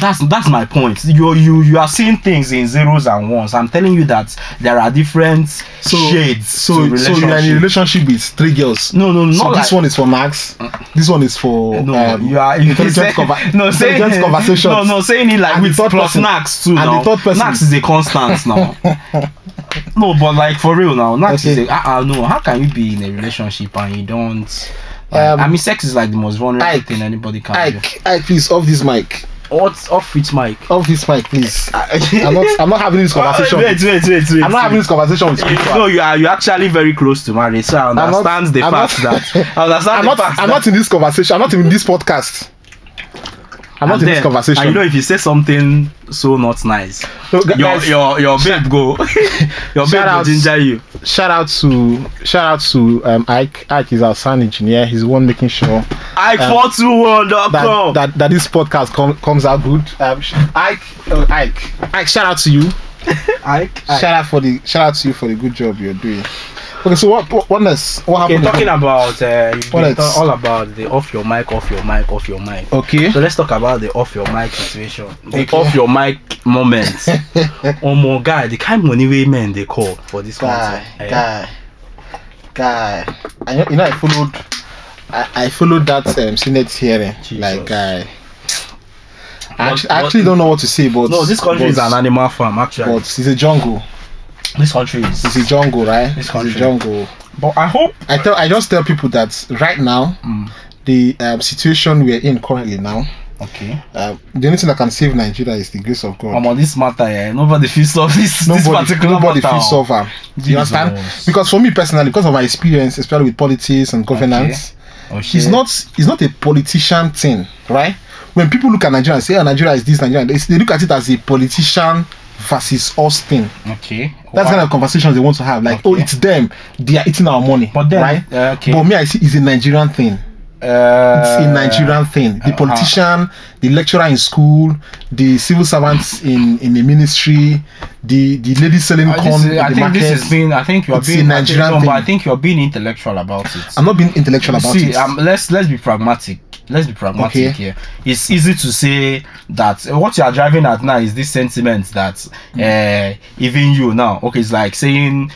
Speaker 1: that's that's my point you you you are seeing things in zeros and ones i'm telling you that there are different shades
Speaker 2: So,
Speaker 1: to
Speaker 2: so you're in a
Speaker 1: relationship.
Speaker 2: relationship with three girls.
Speaker 1: no no not
Speaker 2: so
Speaker 1: like Uh, eh,
Speaker 2: this one is for Max. This one is for
Speaker 1: no,
Speaker 2: um,
Speaker 1: *laughs* you are
Speaker 2: intelligent,
Speaker 1: say-
Speaker 2: conver-
Speaker 1: no, saying,
Speaker 2: intelligent conversations.
Speaker 1: No, no, saying it like
Speaker 2: And the
Speaker 1: with
Speaker 2: third
Speaker 1: plus
Speaker 2: person.
Speaker 1: Nax too.
Speaker 2: And the
Speaker 1: now.
Speaker 2: third person.
Speaker 1: Nax is a constant
Speaker 2: *laughs*
Speaker 1: now. no, but like for real now, Nax
Speaker 2: Okay.
Speaker 1: is a. Uh, uh, no, how can you be in a relationship and you don't? like,
Speaker 2: Um,
Speaker 1: I mean, sex is like the most vulnerable
Speaker 2: Ike,
Speaker 1: thing anybody can do.
Speaker 2: Ike, Ike, please off this mic.
Speaker 1: What's off with
Speaker 2: *laughs*
Speaker 1: Mike?
Speaker 2: Off this mic,
Speaker 1: *laughs*
Speaker 2: please. I'm
Speaker 1: I'm
Speaker 2: not. I'm not having this conversation.
Speaker 1: Oh, Wait, wait, wait, wait.
Speaker 2: I'm not having this conversation with people.
Speaker 1: No, you are you are actually very close to marriage, so I
Speaker 2: not-
Speaker 1: understand the
Speaker 2: I'm
Speaker 1: fact
Speaker 2: not-
Speaker 1: that
Speaker 2: *laughs*
Speaker 1: I understand
Speaker 2: I'm
Speaker 1: the
Speaker 2: not.
Speaker 1: fact
Speaker 2: I'm
Speaker 1: that
Speaker 2: not in this conversation. I'm not in this podcast. I'm not
Speaker 1: And
Speaker 2: in
Speaker 1: then-
Speaker 2: this conversation.
Speaker 1: And you know, if you say something so not nice,
Speaker 2: So, gu-
Speaker 1: your
Speaker 2: guys,
Speaker 1: your your babe
Speaker 2: *laughs*
Speaker 1: go, your
Speaker 2: shout
Speaker 1: babe will
Speaker 2: out.
Speaker 1: ginger you.
Speaker 2: shout out to shout out to um, Ike. Ike is our sound engineer. He's the one making sure
Speaker 1: I
Speaker 2: Um,
Speaker 1: four two one dot
Speaker 2: that
Speaker 1: com.
Speaker 2: that, that this podcast com- comes out good. Um, sh- Ike, oh, Ike, Ike, shout out to you.
Speaker 1: Ike,
Speaker 2: Shout out for the shout out to you for the good job you're doing. Okay, so what what, what next? What
Speaker 1: Okay,
Speaker 2: happened?
Speaker 1: talking about uh, you've been
Speaker 2: Alright.
Speaker 1: ta- all about the off your mic, off your mic, off your mic.
Speaker 2: okay.
Speaker 1: So let's talk about the off your mic situation. The
Speaker 2: Okay.
Speaker 1: off your mic moment.
Speaker 2: *laughs*
Speaker 1: oh my god, the kind of money we men they call for this
Speaker 2: guy,
Speaker 1: concert. eh?
Speaker 2: guy, guy. I know, you know I followed. I, I followed that um, Senate hearing.
Speaker 1: Jesus.
Speaker 2: Like guy. I
Speaker 1: What-
Speaker 2: actually, I
Speaker 1: what-
Speaker 2: actually don't know what to say, but
Speaker 1: No, this country
Speaker 2: but,
Speaker 1: is an animal farm actually.
Speaker 2: But it's a jungle.
Speaker 1: this country is.
Speaker 2: It's a jungle, right?
Speaker 1: This
Speaker 2: It's
Speaker 1: country.
Speaker 2: a jungle.
Speaker 1: But I hope.
Speaker 2: I tell. I just tell people that right now,
Speaker 1: Mm.
Speaker 2: the um, situation we are in currently now,
Speaker 1: Okay.
Speaker 2: um, the only thing that can save Nigeria is the grace of God.
Speaker 1: I'm on this matter. Eh? Nobody feels solve this, this
Speaker 2: nobody,
Speaker 1: particular
Speaker 2: nobody
Speaker 1: matter. oh.
Speaker 2: feels suffer. You
Speaker 1: Jesus.
Speaker 2: understand? Because for me personally, because of my experience, especially with politics and governance,
Speaker 1: Oh,
Speaker 2: it's
Speaker 1: shit.
Speaker 2: not it's not a politician thing, right? When people look at Nigeria and say, "Oh, Nigeria is this, Nigeria," is this," they look at it as a politician versus us thing.
Speaker 1: okay. Oh,
Speaker 2: That's
Speaker 1: Why?
Speaker 2: kind of conversations they want to have. Like, oh,
Speaker 1: Okay.
Speaker 2: it's them. They are eating our money.
Speaker 1: But then,
Speaker 2: right?
Speaker 1: uh, okay.
Speaker 2: But me, I see it's a Nigerian thing.
Speaker 1: uh,
Speaker 2: It's a Nigerian thing. The
Speaker 1: uh,
Speaker 2: politician, the lecturer in school, the civil servants in in the ministry, the the lady selling
Speaker 1: I,
Speaker 2: corn
Speaker 1: just,
Speaker 2: in
Speaker 1: I
Speaker 2: the
Speaker 1: think
Speaker 2: market.
Speaker 1: this has been. I think you're
Speaker 2: It's a
Speaker 1: being I think-
Speaker 2: Nigerian
Speaker 1: no, but I
Speaker 2: thing.
Speaker 1: think you're being intellectual about it.
Speaker 2: I'm not being intellectual about
Speaker 1: See,
Speaker 2: it.
Speaker 1: um, let's let's be pragmatic. Let's be pragmatic
Speaker 2: Okay.
Speaker 1: here. It's easy to say that uh, what you are driving at now is this sentiment that
Speaker 2: Mm.
Speaker 1: uh, even you now, okay, it's like saying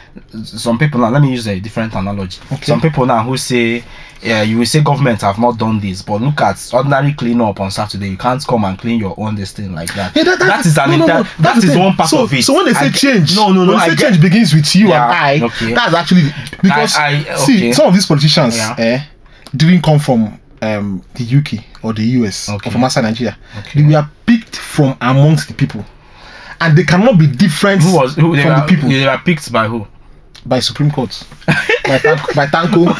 Speaker 1: some people now. Let me use a different analogy.
Speaker 2: Okay.
Speaker 1: Some people now who say. Yeah, you will say government have not done this, but look at ordinary clean up on Saturday. You can't come and clean your own this thing like that.
Speaker 2: Yeah, that,
Speaker 1: that is an
Speaker 2: no, no,
Speaker 1: inter-
Speaker 2: no,
Speaker 1: that
Speaker 2: that's the
Speaker 1: is
Speaker 2: thing.
Speaker 1: one part
Speaker 2: so,
Speaker 1: of it.
Speaker 2: So when they say
Speaker 1: I get-
Speaker 2: change,
Speaker 1: no, no, no.
Speaker 2: when they
Speaker 1: I
Speaker 2: say
Speaker 1: get-
Speaker 2: change begins with you
Speaker 1: Yeah,
Speaker 2: and I,
Speaker 1: okay.
Speaker 2: that's actually because
Speaker 1: I- I- okay.
Speaker 2: see some of these politicians
Speaker 1: Yeah.
Speaker 2: eh, didn't come from um, the UK or the US
Speaker 1: Okay.
Speaker 2: or from outside Nigeria.
Speaker 1: Okay.
Speaker 2: They were picked from amongst the people, and they cannot be different
Speaker 1: Who was who? They
Speaker 2: from
Speaker 1: were,
Speaker 2: the people
Speaker 1: they were picked by who?
Speaker 2: by Supreme Court, by, Tank- *laughs* by Tanko,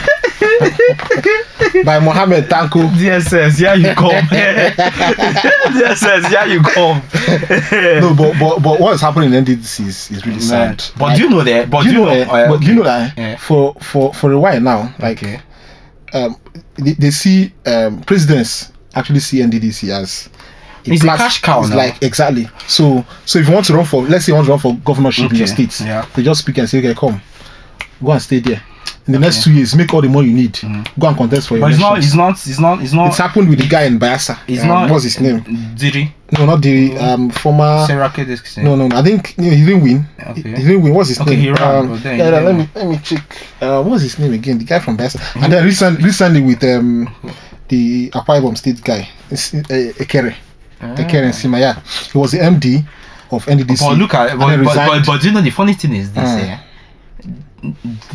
Speaker 2: by Mohammed Tanko.
Speaker 1: DSS, yeah, you come. DSS, yeah, you come.
Speaker 2: no, but, but but what is happening in NDC is, is really sad.
Speaker 1: But
Speaker 2: Like,
Speaker 1: do you know that? But do you know?
Speaker 2: eh,
Speaker 1: uh,
Speaker 2: but do you know
Speaker 1: okay.
Speaker 2: that
Speaker 1: Yeah.
Speaker 2: for for for a while now, like
Speaker 1: Okay.
Speaker 2: um, they, they see um, presidents actually see NDDC as
Speaker 1: It's a
Speaker 2: plat-
Speaker 1: cash cow
Speaker 2: it's
Speaker 1: now.
Speaker 2: Like exactly. So so if you want to run for let's say you want to run for governorship in your
Speaker 1: Okay,
Speaker 2: state,
Speaker 1: yeah.
Speaker 2: they just pick and say okay, come, go and stay there. In the next two years, make all the money you need. Go and contest for your.
Speaker 1: Mm-hmm. But it's not.
Speaker 2: elections.
Speaker 1: It's not. It's not. It's not.
Speaker 2: It's happened with the guy in Bayelsa.
Speaker 1: it's
Speaker 2: um,
Speaker 1: not uh, Mm-hmm.
Speaker 2: What's his name?
Speaker 1: Diri.
Speaker 2: No, not the um, former.
Speaker 1: Sarah Kedis.
Speaker 2: No, no, no. I think no, he didn't win. He-
Speaker 1: Okay.
Speaker 2: He, didn't win. What's his
Speaker 1: Okay,
Speaker 2: name?
Speaker 1: he ran,
Speaker 2: Um,
Speaker 1: but then
Speaker 2: yeah,
Speaker 1: he
Speaker 2: yeah, let
Speaker 1: didn't
Speaker 2: me let me check. Uh, what's his name again? The guy from Best. And then recent, recently with um the Akwa Ibom State guy, it's, uh, Ekere,
Speaker 1: Uh, Ah.
Speaker 2: Ekere Sima. Yeah, he was the MD of NDDC.
Speaker 1: But look at.
Speaker 2: and
Speaker 1: But, but,
Speaker 2: then
Speaker 1: but,
Speaker 2: resigned.
Speaker 1: but do you know the funny thing is this?
Speaker 2: Mm.
Speaker 1: eh?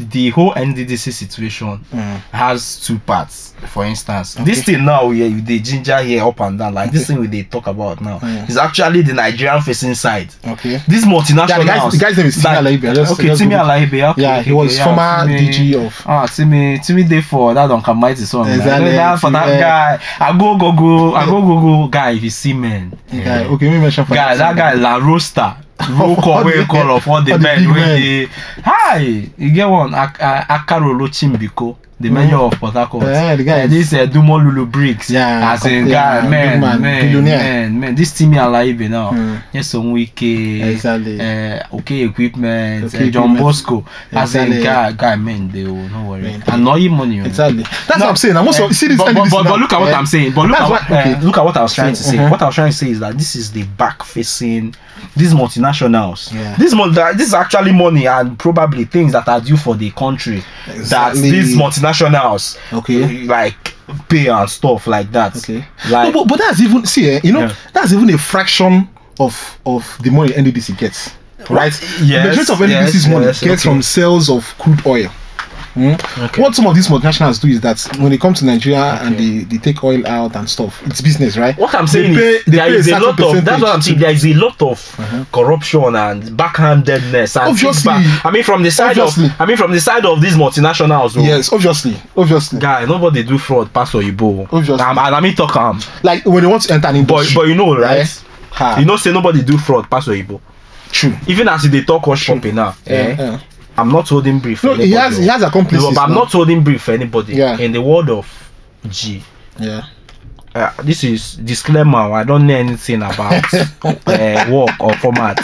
Speaker 1: The whole NDDC situation
Speaker 2: Mm.
Speaker 1: has two parts. For instance, this thing now yeah, with the ginger here up and down, like this thing we they talk about now,
Speaker 2: Mm.
Speaker 1: is actually the Nigerian facing side.
Speaker 2: okay.
Speaker 1: This multinational.
Speaker 2: Yeah, the guy's- the guy's name is Timi Alaibe. I just-
Speaker 1: okay,
Speaker 2: I just
Speaker 1: Timi
Speaker 2: Googled.
Speaker 1: Alaibe. Okay,
Speaker 2: Yeah,
Speaker 1: okay,
Speaker 2: he was
Speaker 1: okay, yeah,
Speaker 2: former
Speaker 1: Timi-
Speaker 2: DG of.
Speaker 1: Ah, Timmy, Timmy day for that on Kamite song.
Speaker 2: Exactly,
Speaker 1: Exactly. That, for that
Speaker 2: Timmy.
Speaker 1: guy, I go go go, I go go go guy. If you see man,
Speaker 2: Guy. Okay, let me mention for
Speaker 1: guy, that guy la roaster. Roll
Speaker 2: *laughs* All
Speaker 1: call,
Speaker 2: the-
Speaker 1: wey call of all the
Speaker 2: all the
Speaker 1: men
Speaker 2: big
Speaker 1: wey
Speaker 2: men.
Speaker 1: dey. Hi, you get one Ak- Ak- Akarolo Chimbiko, the mayor of Port Harcourt.
Speaker 2: Yeah, the guy
Speaker 1: Eh,
Speaker 2: is-
Speaker 1: This uh, Dumolulu Briggs.
Speaker 2: Yeah,
Speaker 1: as a
Speaker 2: com-
Speaker 1: guy,
Speaker 2: yeah, big
Speaker 1: man, man,
Speaker 2: man,
Speaker 1: man,
Speaker 2: billionaire.
Speaker 1: man, This Timmy Alaibe now.
Speaker 2: Mm.
Speaker 1: Yes, on Wiki.
Speaker 2: Exactly.
Speaker 1: Uh, okay, equipment.
Speaker 2: Okay
Speaker 1: eh, John
Speaker 2: equipment.
Speaker 1: Bosco. As a
Speaker 2: Exactly.
Speaker 1: guy, guy, man, they will no worry.
Speaker 2: Man, they-
Speaker 1: Annoying money. oh.
Speaker 2: Exactly. That's what I'm saying. I'm also
Speaker 1: Eh,
Speaker 2: see this
Speaker 1: but, but,
Speaker 2: NDDC
Speaker 1: but, but
Speaker 2: now,
Speaker 1: look at what
Speaker 2: eh?
Speaker 1: I'm saying. But look at,
Speaker 2: That's why-
Speaker 1: what, eh, Mm-hmm.
Speaker 2: okay.
Speaker 1: look at what I was trying to say.
Speaker 2: Mhm.
Speaker 1: What I was trying to say is that this is the back facing these multinationals.
Speaker 2: Yeah.
Speaker 1: This mon- that- this is actually money and probably things that are due for the country.
Speaker 2: Exactly.
Speaker 1: That these multinationals
Speaker 2: Okay.
Speaker 1: like pay and stuff like that.
Speaker 2: Okay.
Speaker 1: Like
Speaker 2: no, but, but that's even see, eh, you know,
Speaker 1: Yeah.
Speaker 2: that's even a fraction of of the money NDDC gets, right?
Speaker 1: Yes,
Speaker 2: the majority of NDDC's
Speaker 1: yes,
Speaker 2: money
Speaker 1: yes,
Speaker 2: gets
Speaker 1: okay.
Speaker 2: from sales of crude oil. Mm.
Speaker 1: Okay.
Speaker 2: What some of these multinationals do is that when they come to Nigeria and
Speaker 1: Okay.
Speaker 2: they, they take oil out and stuff, it's business, right?
Speaker 1: what I'm saying
Speaker 2: they pay,
Speaker 1: is
Speaker 2: they
Speaker 1: there
Speaker 2: pay
Speaker 1: is a
Speaker 2: certain
Speaker 1: lot of that's what I'm
Speaker 2: percentage Uh-huh.
Speaker 1: saying. There is a lot of corruption and backhandedness and
Speaker 2: Obviously.
Speaker 1: kickback. I mean from the side
Speaker 2: Obviously.
Speaker 1: of I mean from the side of these multinationals.
Speaker 2: to-
Speaker 1: oh.
Speaker 2: Yes, obviously, obviously.
Speaker 1: guy nobody do fraud pass oyibo
Speaker 2: Obviously.
Speaker 1: and and i mean talk am
Speaker 2: Like when they want to enter an
Speaker 1: but
Speaker 2: industry,
Speaker 1: but you know right
Speaker 2: ha,
Speaker 1: you know say nobody do fraud pass oyibo
Speaker 2: true.
Speaker 1: even as you dey talk wash pumping now eh
Speaker 2: Yeah.
Speaker 1: i'm not holding brief for
Speaker 2: No,
Speaker 1: anybody
Speaker 2: he has
Speaker 1: oh.
Speaker 2: he has
Speaker 1: no
Speaker 2: accomplices.
Speaker 1: but i'm
Speaker 2: now.
Speaker 1: not holding brief for anybody
Speaker 2: Yeah.
Speaker 1: in the world of g
Speaker 2: Yeah.
Speaker 1: uh, this is disclaimer. I don't know anything
Speaker 2: *laughs*
Speaker 1: about uh, work or format.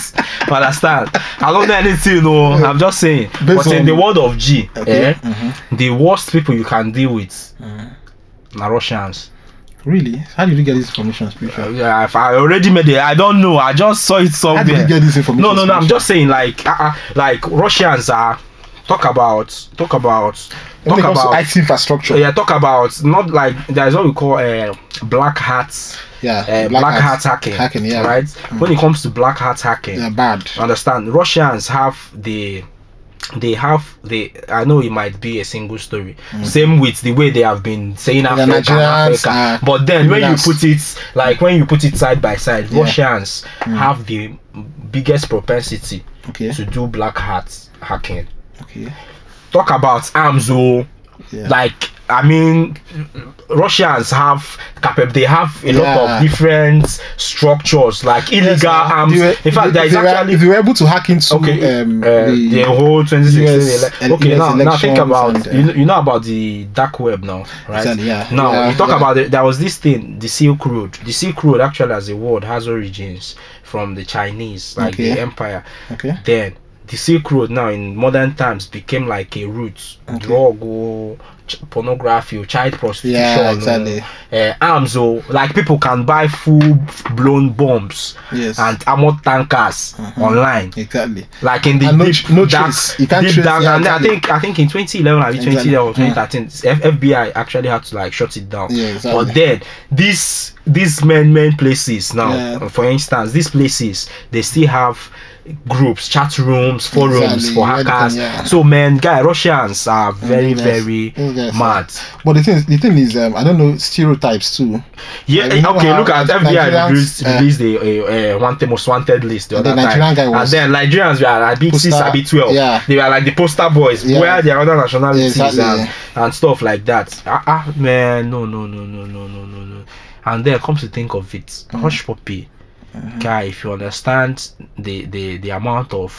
Speaker 1: You understand? I don't know anything. No, I'm just saying.
Speaker 2: Based
Speaker 1: but in
Speaker 2: on-
Speaker 1: the world of G, eh,
Speaker 2: Mhm.
Speaker 1: the worst people you can deal with, na Russians.
Speaker 2: Mm-hmm. Really? How did you get this information, spiritual?
Speaker 1: Yeah, if I already made it. I don't know. I just saw it
Speaker 2: How did
Speaker 1: somewhere.
Speaker 2: you get this information?
Speaker 1: Oh, No, no, no. I'm
Speaker 2: spiritual?
Speaker 1: just saying, like, uh, uh, like Russians are talk about, talk about,
Speaker 2: When
Speaker 1: talk
Speaker 2: it comes
Speaker 1: about.
Speaker 2: to IT infrastructure.
Speaker 1: yeah, talk about not like there's what we call uh, black hats,
Speaker 2: Yeah,
Speaker 1: uh, black, hat hacking,
Speaker 2: Hacking, yeah. Mm.
Speaker 1: right. When it comes to black hat hacking,
Speaker 2: Yeah, bad.
Speaker 1: understand Russians have the they have the I know it might be a single story. Same with the way they have been saying Africa, and
Speaker 2: Mm. Nigerians are
Speaker 1: Africa. But then when you
Speaker 2: criminals.
Speaker 1: put it like when you put it side by side,
Speaker 2: Yeah. Mm.
Speaker 1: Russians have the biggest propensity
Speaker 2: Okay.
Speaker 1: to do black hat hacking.
Speaker 2: Okay.
Speaker 1: Talk about arms, oh
Speaker 2: Yeah.
Speaker 1: like I mean, Russians have cap- they have a lot
Speaker 2: Yeah.
Speaker 1: of different structures like illegal
Speaker 2: Yes, uh,
Speaker 1: arms.
Speaker 2: they were-
Speaker 1: In fact,
Speaker 2: if
Speaker 1: there is
Speaker 2: they were-
Speaker 1: actually
Speaker 2: if you were able to hack into
Speaker 1: okay.
Speaker 2: um,
Speaker 1: uh, the,
Speaker 2: the,
Speaker 1: whole 2016
Speaker 2: US
Speaker 1: ele-
Speaker 2: ele-
Speaker 1: okay
Speaker 2: US
Speaker 1: now, now think
Speaker 2: elections
Speaker 1: about
Speaker 2: and, uh,
Speaker 1: you, know, you know about the dark web now right
Speaker 2: Exactly, yeah.
Speaker 1: now
Speaker 2: Yeah,
Speaker 1: you talk
Speaker 2: yeah.
Speaker 1: about the, there was this thing the silk road the silk road actually as a word has origins from the chinese like
Speaker 2: Okay.
Speaker 1: the empire
Speaker 2: okay,
Speaker 1: then the Silk Road now in modern times became like a route,
Speaker 2: Okay.
Speaker 1: drug, oh, ch- pornography, oh, child prostitution,
Speaker 2: yeah,
Speaker 1: oh,
Speaker 2: exactly,
Speaker 1: uh, arms, oh, like people can buy full blown bombs
Speaker 2: yes, Mm-hmm.
Speaker 1: and armored tankers online,
Speaker 2: exactly.
Speaker 1: like in the
Speaker 2: And no
Speaker 1: deep,
Speaker 2: tr- no
Speaker 1: dark,
Speaker 2: trace. You can't
Speaker 1: deep
Speaker 2: trace,
Speaker 1: dark.
Speaker 2: yeah,
Speaker 1: and
Speaker 2: exactly.
Speaker 1: I think I think in 2011 or
Speaker 2: Exactly.
Speaker 1: 2012,
Speaker 2: Yeah.
Speaker 1: 2013, F- FBI actually had to like shut it down.
Speaker 2: Yeah, exactly.
Speaker 1: But then these these men men places now,
Speaker 2: Yeah.
Speaker 1: for instance, these places they still have groups, chat rooms, forums
Speaker 2: Exactly,
Speaker 1: for
Speaker 2: everything,
Speaker 1: hackers.
Speaker 2: yeah.
Speaker 1: So man, guy, Russians are very
Speaker 2: yes,
Speaker 1: very
Speaker 2: yes, yes.
Speaker 1: mad.
Speaker 2: But the thing, is, the thing is, um, I don't know stereotypes too.
Speaker 1: Yeah,
Speaker 2: Like, we know
Speaker 1: okay.
Speaker 2: how
Speaker 1: Look at FBI
Speaker 2: Nigerians,
Speaker 1: released,
Speaker 2: uh,
Speaker 1: released the uh, uh, one the most wanted list the
Speaker 2: And the
Speaker 1: other time,
Speaker 2: Nigerian guy
Speaker 1: and
Speaker 2: was
Speaker 1: then Nigerians were like big six,
Speaker 2: poster-
Speaker 1: a big twelve.
Speaker 2: yeah.
Speaker 1: they were like the poster boys,
Speaker 2: Yeah.
Speaker 1: where their other nationalities
Speaker 2: Exactly,
Speaker 1: and, and stuff like that. Ah, ah, man, no, no, no, no, no, no, no, no. And then comes to think of it,
Speaker 2: Mm.
Speaker 1: hush puppy,
Speaker 2: Uh-huh.
Speaker 1: guy. If you understand the the the amount of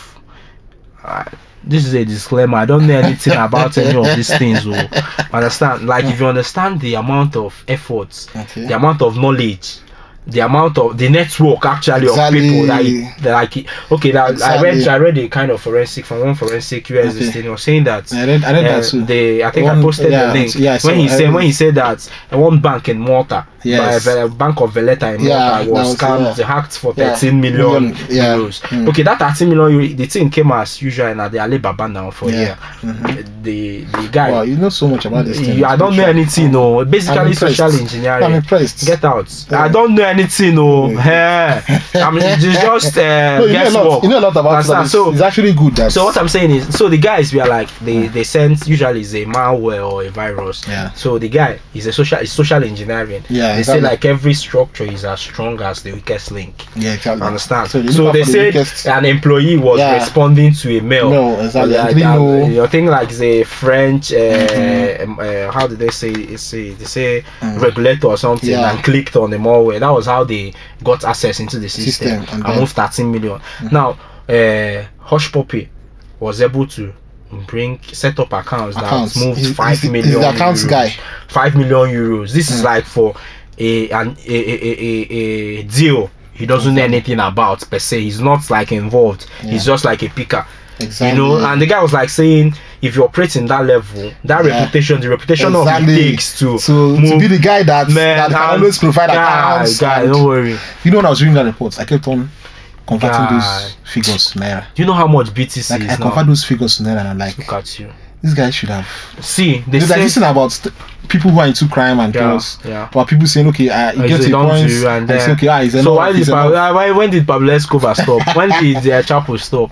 Speaker 1: I- this is a disclaimer. I don't know anything about any of these things.
Speaker 2: *laughs*
Speaker 1: Oh, understand? Like if you understand the amount of efforts,
Speaker 2: Okay.
Speaker 1: the amount of knowledge, the amount of the network actually
Speaker 2: Exactly.
Speaker 1: of people that, it- that like it- okay. That I read.
Speaker 2: Exactly.
Speaker 1: I read a kind of forensic from one forensic US
Speaker 2: Okay.
Speaker 1: thing. Was saying that.
Speaker 2: I read, I read
Speaker 1: uh,
Speaker 2: that too.
Speaker 1: they, I think I
Speaker 2: One-
Speaker 1: posted
Speaker 2: yeah,
Speaker 1: the link
Speaker 2: yeah, I saw-
Speaker 1: when he
Speaker 2: I
Speaker 1: said
Speaker 2: read-
Speaker 1: when he said that uh, one bank in Malta,
Speaker 2: Yes.
Speaker 1: by a bank of Valletta in
Speaker 2: Yeah,
Speaker 1: Malta was
Speaker 2: that was-
Speaker 1: scammed,
Speaker 2: yeah.
Speaker 1: hacked for
Speaker 2: Yeah.
Speaker 1: 13 million,
Speaker 2: Million, yeah.
Speaker 1: euros.
Speaker 2: Mm.
Speaker 1: Okay, that 13 million euro, the thing came as usual in the Alibaba now for
Speaker 2: Yeah. Mm-hmm.
Speaker 1: here. The the guy,
Speaker 2: Wow, you know so much about this thing.
Speaker 1: you- I don't know
Speaker 2: spiritual.
Speaker 1: anything, no.
Speaker 2: I'm
Speaker 1: Basically,
Speaker 2: impressed.
Speaker 1: social
Speaker 2: I'm
Speaker 1: engineering.
Speaker 2: impressed.
Speaker 1: Get out!
Speaker 2: Yeah.
Speaker 1: I don't know anything, oh. Eh. no. Hey, *laughs* I mean, it's just uh,
Speaker 2: *laughs* no, you know a
Speaker 1: guesswork.
Speaker 2: lot. You know a lot about
Speaker 1: Understand?
Speaker 2: that. It's,
Speaker 1: So-
Speaker 2: it's actually good that.
Speaker 1: So what I'm saying is, so the guys we are like they they send usually is a malware or a virus.
Speaker 2: Yeah.
Speaker 1: So the guy is a social is social engineering.
Speaker 2: Yeah,
Speaker 1: They
Speaker 2: exactly.
Speaker 1: say like every structure is as strong as the weakest link.
Speaker 2: yeah, exactly.
Speaker 1: Understand?
Speaker 2: So
Speaker 1: So
Speaker 2: they,
Speaker 1: they,
Speaker 2: look out for the
Speaker 1: said
Speaker 2: weakest-
Speaker 1: an employee was
Speaker 2: Yeah.
Speaker 1: responding to a mail.
Speaker 2: No, exactly.
Speaker 1: Like,
Speaker 2: They
Speaker 1: um,
Speaker 2: know- Mm-hmm.
Speaker 1: Your thing like the French, uh, um, uh, how did they say? it? Say they say regulator or something,
Speaker 2: Mm. Yeah.
Speaker 1: and clicked on the malware. That was how they got access into the
Speaker 2: System,
Speaker 1: system,
Speaker 2: and
Speaker 1: and,
Speaker 2: then- Mm-hmm.
Speaker 1: moved 13 million. Now, uh, Hush Puppy was able to bring set up accounts,
Speaker 2: Accounts.
Speaker 1: that moved
Speaker 2: He's-
Speaker 1: five
Speaker 2: he's-
Speaker 1: million.
Speaker 2: he's the accounts
Speaker 1: euros.
Speaker 2: guy. Hmm.
Speaker 1: Five million euros. This is like for a an a, a, a, a, a deal. He doesn't know anything about per se. He's not like involved. He's just like a picker.
Speaker 2: exactly.
Speaker 1: You know, and the guy was like saying, if you operate in that level, that
Speaker 2: Yeah.
Speaker 1: reputation, the reputation of
Speaker 2: exactly.
Speaker 1: it takes to,
Speaker 2: to, to
Speaker 1: move-
Speaker 2: be the guy that,
Speaker 1: Man,
Speaker 2: that can
Speaker 1: and-
Speaker 2: always provide
Speaker 1: guy,
Speaker 2: accounts.
Speaker 1: guy,
Speaker 2: and-
Speaker 1: don't worry.
Speaker 2: You know when I was reading that report, I kept on converting
Speaker 1: Guy.
Speaker 2: those figures to naira.
Speaker 1: Do you know how much BTC
Speaker 2: Like I
Speaker 1: is
Speaker 2: convert
Speaker 1: now?
Speaker 2: those figures to naira, and I'm like,
Speaker 1: Look at you.
Speaker 2: this guy should have.
Speaker 1: See, they
Speaker 2: It's like
Speaker 1: say
Speaker 2: this thing about st- people who are into crime and
Speaker 1: Yeah,
Speaker 2: drugs,
Speaker 1: yeah.
Speaker 2: but people saying, okay,
Speaker 1: Uh,
Speaker 2: uh, it gets
Speaker 1: it's
Speaker 2: a
Speaker 1: down
Speaker 2: point.
Speaker 1: to you and
Speaker 2: and it's
Speaker 1: then-
Speaker 2: okay, ah, it's
Speaker 1: so
Speaker 2: enough,
Speaker 1: why did
Speaker 2: it's
Speaker 1: Pa-
Speaker 2: enough.
Speaker 1: uh, why, when did Pablesko
Speaker 2: *laughs*
Speaker 1: stop? when did uh, Chapo stop?